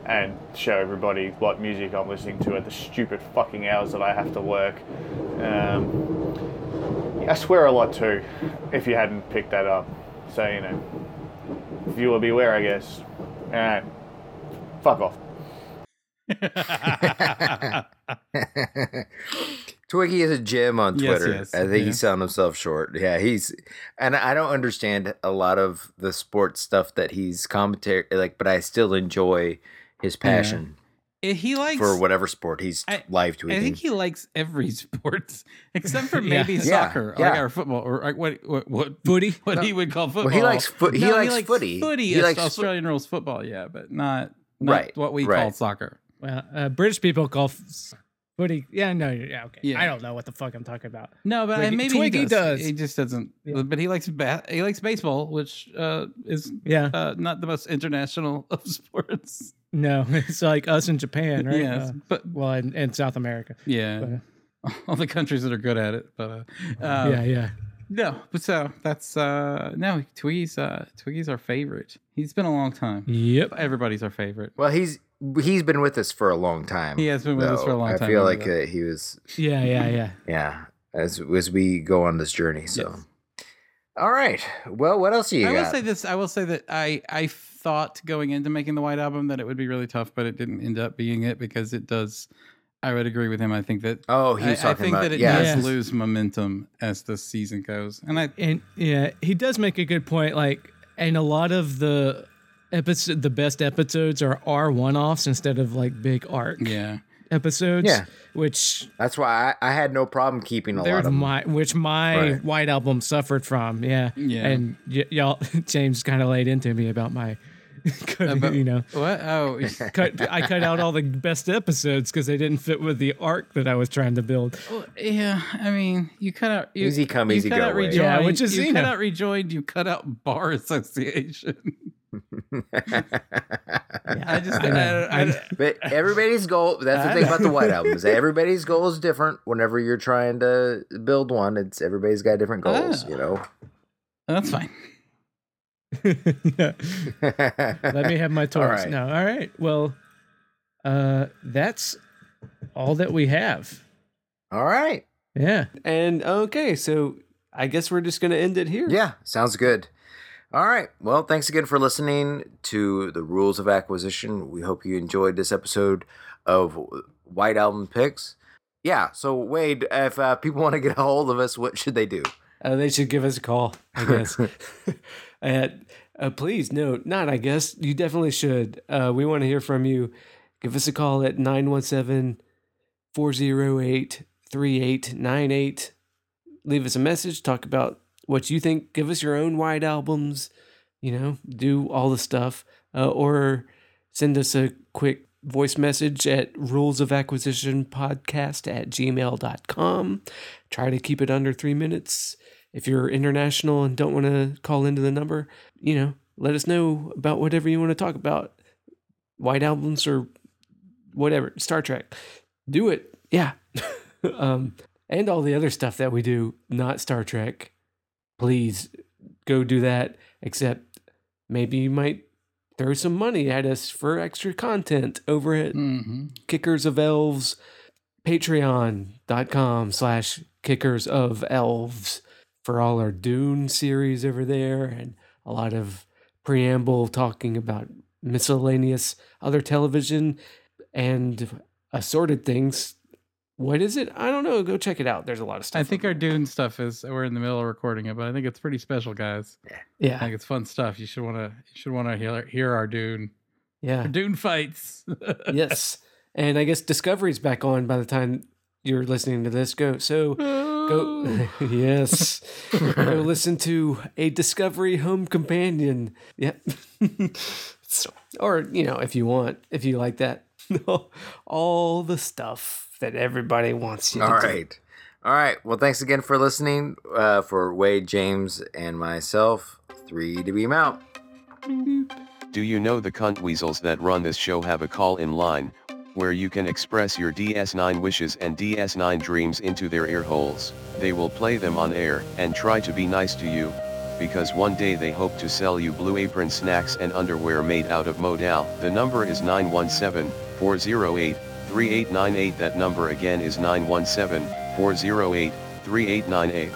S6: and show everybody what music I'm listening to at the stupid fucking hours that I have to work. Um, I swear a lot too, if you hadn't picked that up. So, you know, viewer beware, I guess. All right. Fuck off.
S4: [LAUGHS] Twiggy is a gem on
S3: Yes,
S4: Twitter.
S3: yes,
S4: I think
S3: yeah.
S4: he's selling himself short. Yeah, he's, and I don't understand a lot of the sports stuff that he's commentary like, but I still enjoy his passion
S3: Eh, He likes.
S4: for whatever sport he's
S3: I-
S4: live tweeting.
S3: I think he likes every [LAUGHS] sport except for
S5: Yeah.
S3: maybe
S5: Yeah,
S3: soccer,
S4: yeah.
S3: like or football, or like what what what,
S5: Booty.
S3: what
S4: No.
S3: he would call football.
S4: well, he likes foot. He,
S3: No,
S4: likes footy.
S3: Footy.
S4: He
S3: it's
S4: likes fo-
S3: Australian rules football, yeah, but not, not
S4: Right,
S3: what we
S4: right.
S3: call soccer.
S5: Well, uh, British people call f- footy. Yeah, no, yeah, okay.
S3: Yeah.
S5: I don't know what the fuck I'm talking about.
S3: No, but I
S5: Twiggy-
S3: maybe
S5: Twiggy
S3: he does.
S5: does.
S3: He just doesn't.
S5: Yeah.
S3: But he likes ba- he likes baseball, which uh, is
S5: Yeah,
S3: uh, not the most international [LAUGHS] of sports.
S5: no, [LAUGHS] it's like us in Japan, right?
S3: Yeah,
S5: Uh,
S3: but
S5: well, and, and South America.
S3: yeah, [LAUGHS] all the countries that are good at it. But uh, [LAUGHS]
S4: Oh.
S3: um,
S5: yeah, yeah.
S3: No, but so that's uh no Twiggy's uh Twiggy's our favorite. He's been a long time.
S5: Yep.
S3: Everybody's our favorite.
S4: well, he's he's been with us for a long time.
S3: He has been with us for a long
S4: I
S3: time,
S4: feel
S3: I
S4: like
S3: know
S4: uh, he was
S5: Yeah, yeah, yeah.
S4: yeah as as we go on this journey. So, all right. Well, what else do you
S3: I will
S4: got?
S3: say this. I will say that I I thought going into making the White Album that it would be really tough, but it didn't end up being it because it does. I would agree with him. I think that
S4: oh, he
S3: I,
S4: was
S3: I
S4: talking
S3: think
S4: about
S3: that it
S4: yeah.
S3: does
S5: Yes.
S3: lose momentum as the season goes, and I
S5: And yeah, he does make a good point. Like, and a lot of the episode, the best episodes are are one offs instead of like big arc
S3: yeah
S5: episodes.
S4: Yeah.
S5: Which
S4: That's why I, I had no problem keeping a
S5: There
S4: lot of them.
S5: my which my
S4: Right.
S5: white album suffered from. Yeah,
S3: Yeah.
S5: And y- y'all, [LAUGHS] James kind of laid into me about my, [LAUGHS] cut-
S3: About-
S5: you know,
S3: what
S4: [LAUGHS]
S3: oh
S5: cut. I cut out all the best episodes because they didn't fit with the arc that I was trying to build.
S3: well, yeah I mean you cut out you,
S4: Easy come,
S3: you
S4: easy
S3: cut
S4: go
S3: out
S4: way.
S3: rejoin,
S5: Yeah, which is,
S3: you
S5: you
S3: cut
S5: know.
S3: out rejoined you cut out bar
S4: [LAUGHS]
S3: association. I just I,
S5: know.
S3: don't- I, don't-
S4: But everybody's goal, that's the thing about the White Album, is everybody's goal is different whenever you're trying to build one. It's everybody's got different
S5: Ah.
S4: goals, you know?
S3: that's fine.
S5: [LAUGHS] Yeah. Let me have my Taurus.
S4: right.
S5: No, all right. Well, uh, that's all that we have.
S4: [LAUGHS] All right.
S5: Yeah.
S2: And okay, so I guess we're just going to end it here.
S4: Yeah, sounds good. All right. Well, thanks again for listening to the Rules of Acquisition. We hope you enjoyed this episode of White Album Picks. Yeah. So, Wade, if uh, people want to get a hold of us, what should they do?
S2: Uh, they should give us a call, I guess. uh, uh, please, no, not I guess. You definitely should. Uh, we want to hear from you. Give us a call at 917 408 3898. Leave us a message. Talk about what you think. Give us your own wide albums. You know, do all the stuff. Uh, or send us a quick voice message at rules of acquisition podcast at gmail.com try to keep it under three minutes if you're international and don't want to call into the number you know let us know about whatever you want to talk about white albums or whatever star trek do it yeah [LAUGHS] um and all the other stuff that we do not star trek please go do that except maybe you might throw some money at us for extra content over at
S3: hmm
S2: kickers of elves patreon.com slash kickers of elves for all our dune series over there and a lot of preamble talking about miscellaneous other television and assorted things what is it i don't know go check it out there's a lot of stuff
S3: I think our Dune stuff is we're in the middle of recording it, but I think it's pretty special, guys. I
S2: yeah
S3: think it's fun stuff. You should want to you should want to hear hear our Dune
S2: yeah
S3: our Dune fights.
S2: yes and i guess discovery's back on by the time you're listening to this go so
S3: [LAUGHS]
S2: Go, [LAUGHS] yes.
S4: [LAUGHS]
S2: Go listen to a Discovery Home [LAUGHS] Companion. Yep. so, or you know, if you want, if you like that. [LAUGHS] all the stuff that everybody wants you to
S4: All
S2: do.
S4: right. All right. Well, thanks again for listening. Uh, for Wade, James, and myself, three to beam out.
S1: Do you know the cunt weasels that run this show have a call in line, where you can express your DS9 wishes and DS9 dreams into their ear holes? They will play them on air and try to be nice to you, because one day they hope to sell you blue apron snacks and underwear made out of modal. The number is 917 408 3898. That number again is 917 408 3898.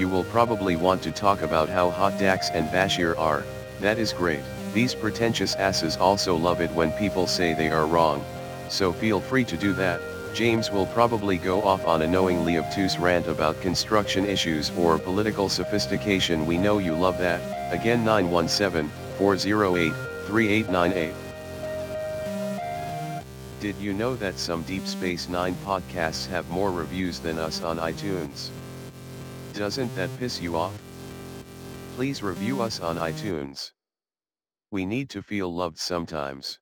S1: You will probably want to talk about how hot Dax and Bashir are, that is great. These pretentious asses also love it when people say they are wrong, so feel free to do that. James will probably go off on a knowingly obtuse rant about construction issues or political sophistication. We know you love that. Again 917 408 3898. Did you know that some Deep Space Nine podcasts have more reviews than us on iTunes? Doesn't that piss you off? Please review us on iTunes. We need to feel loved sometimes.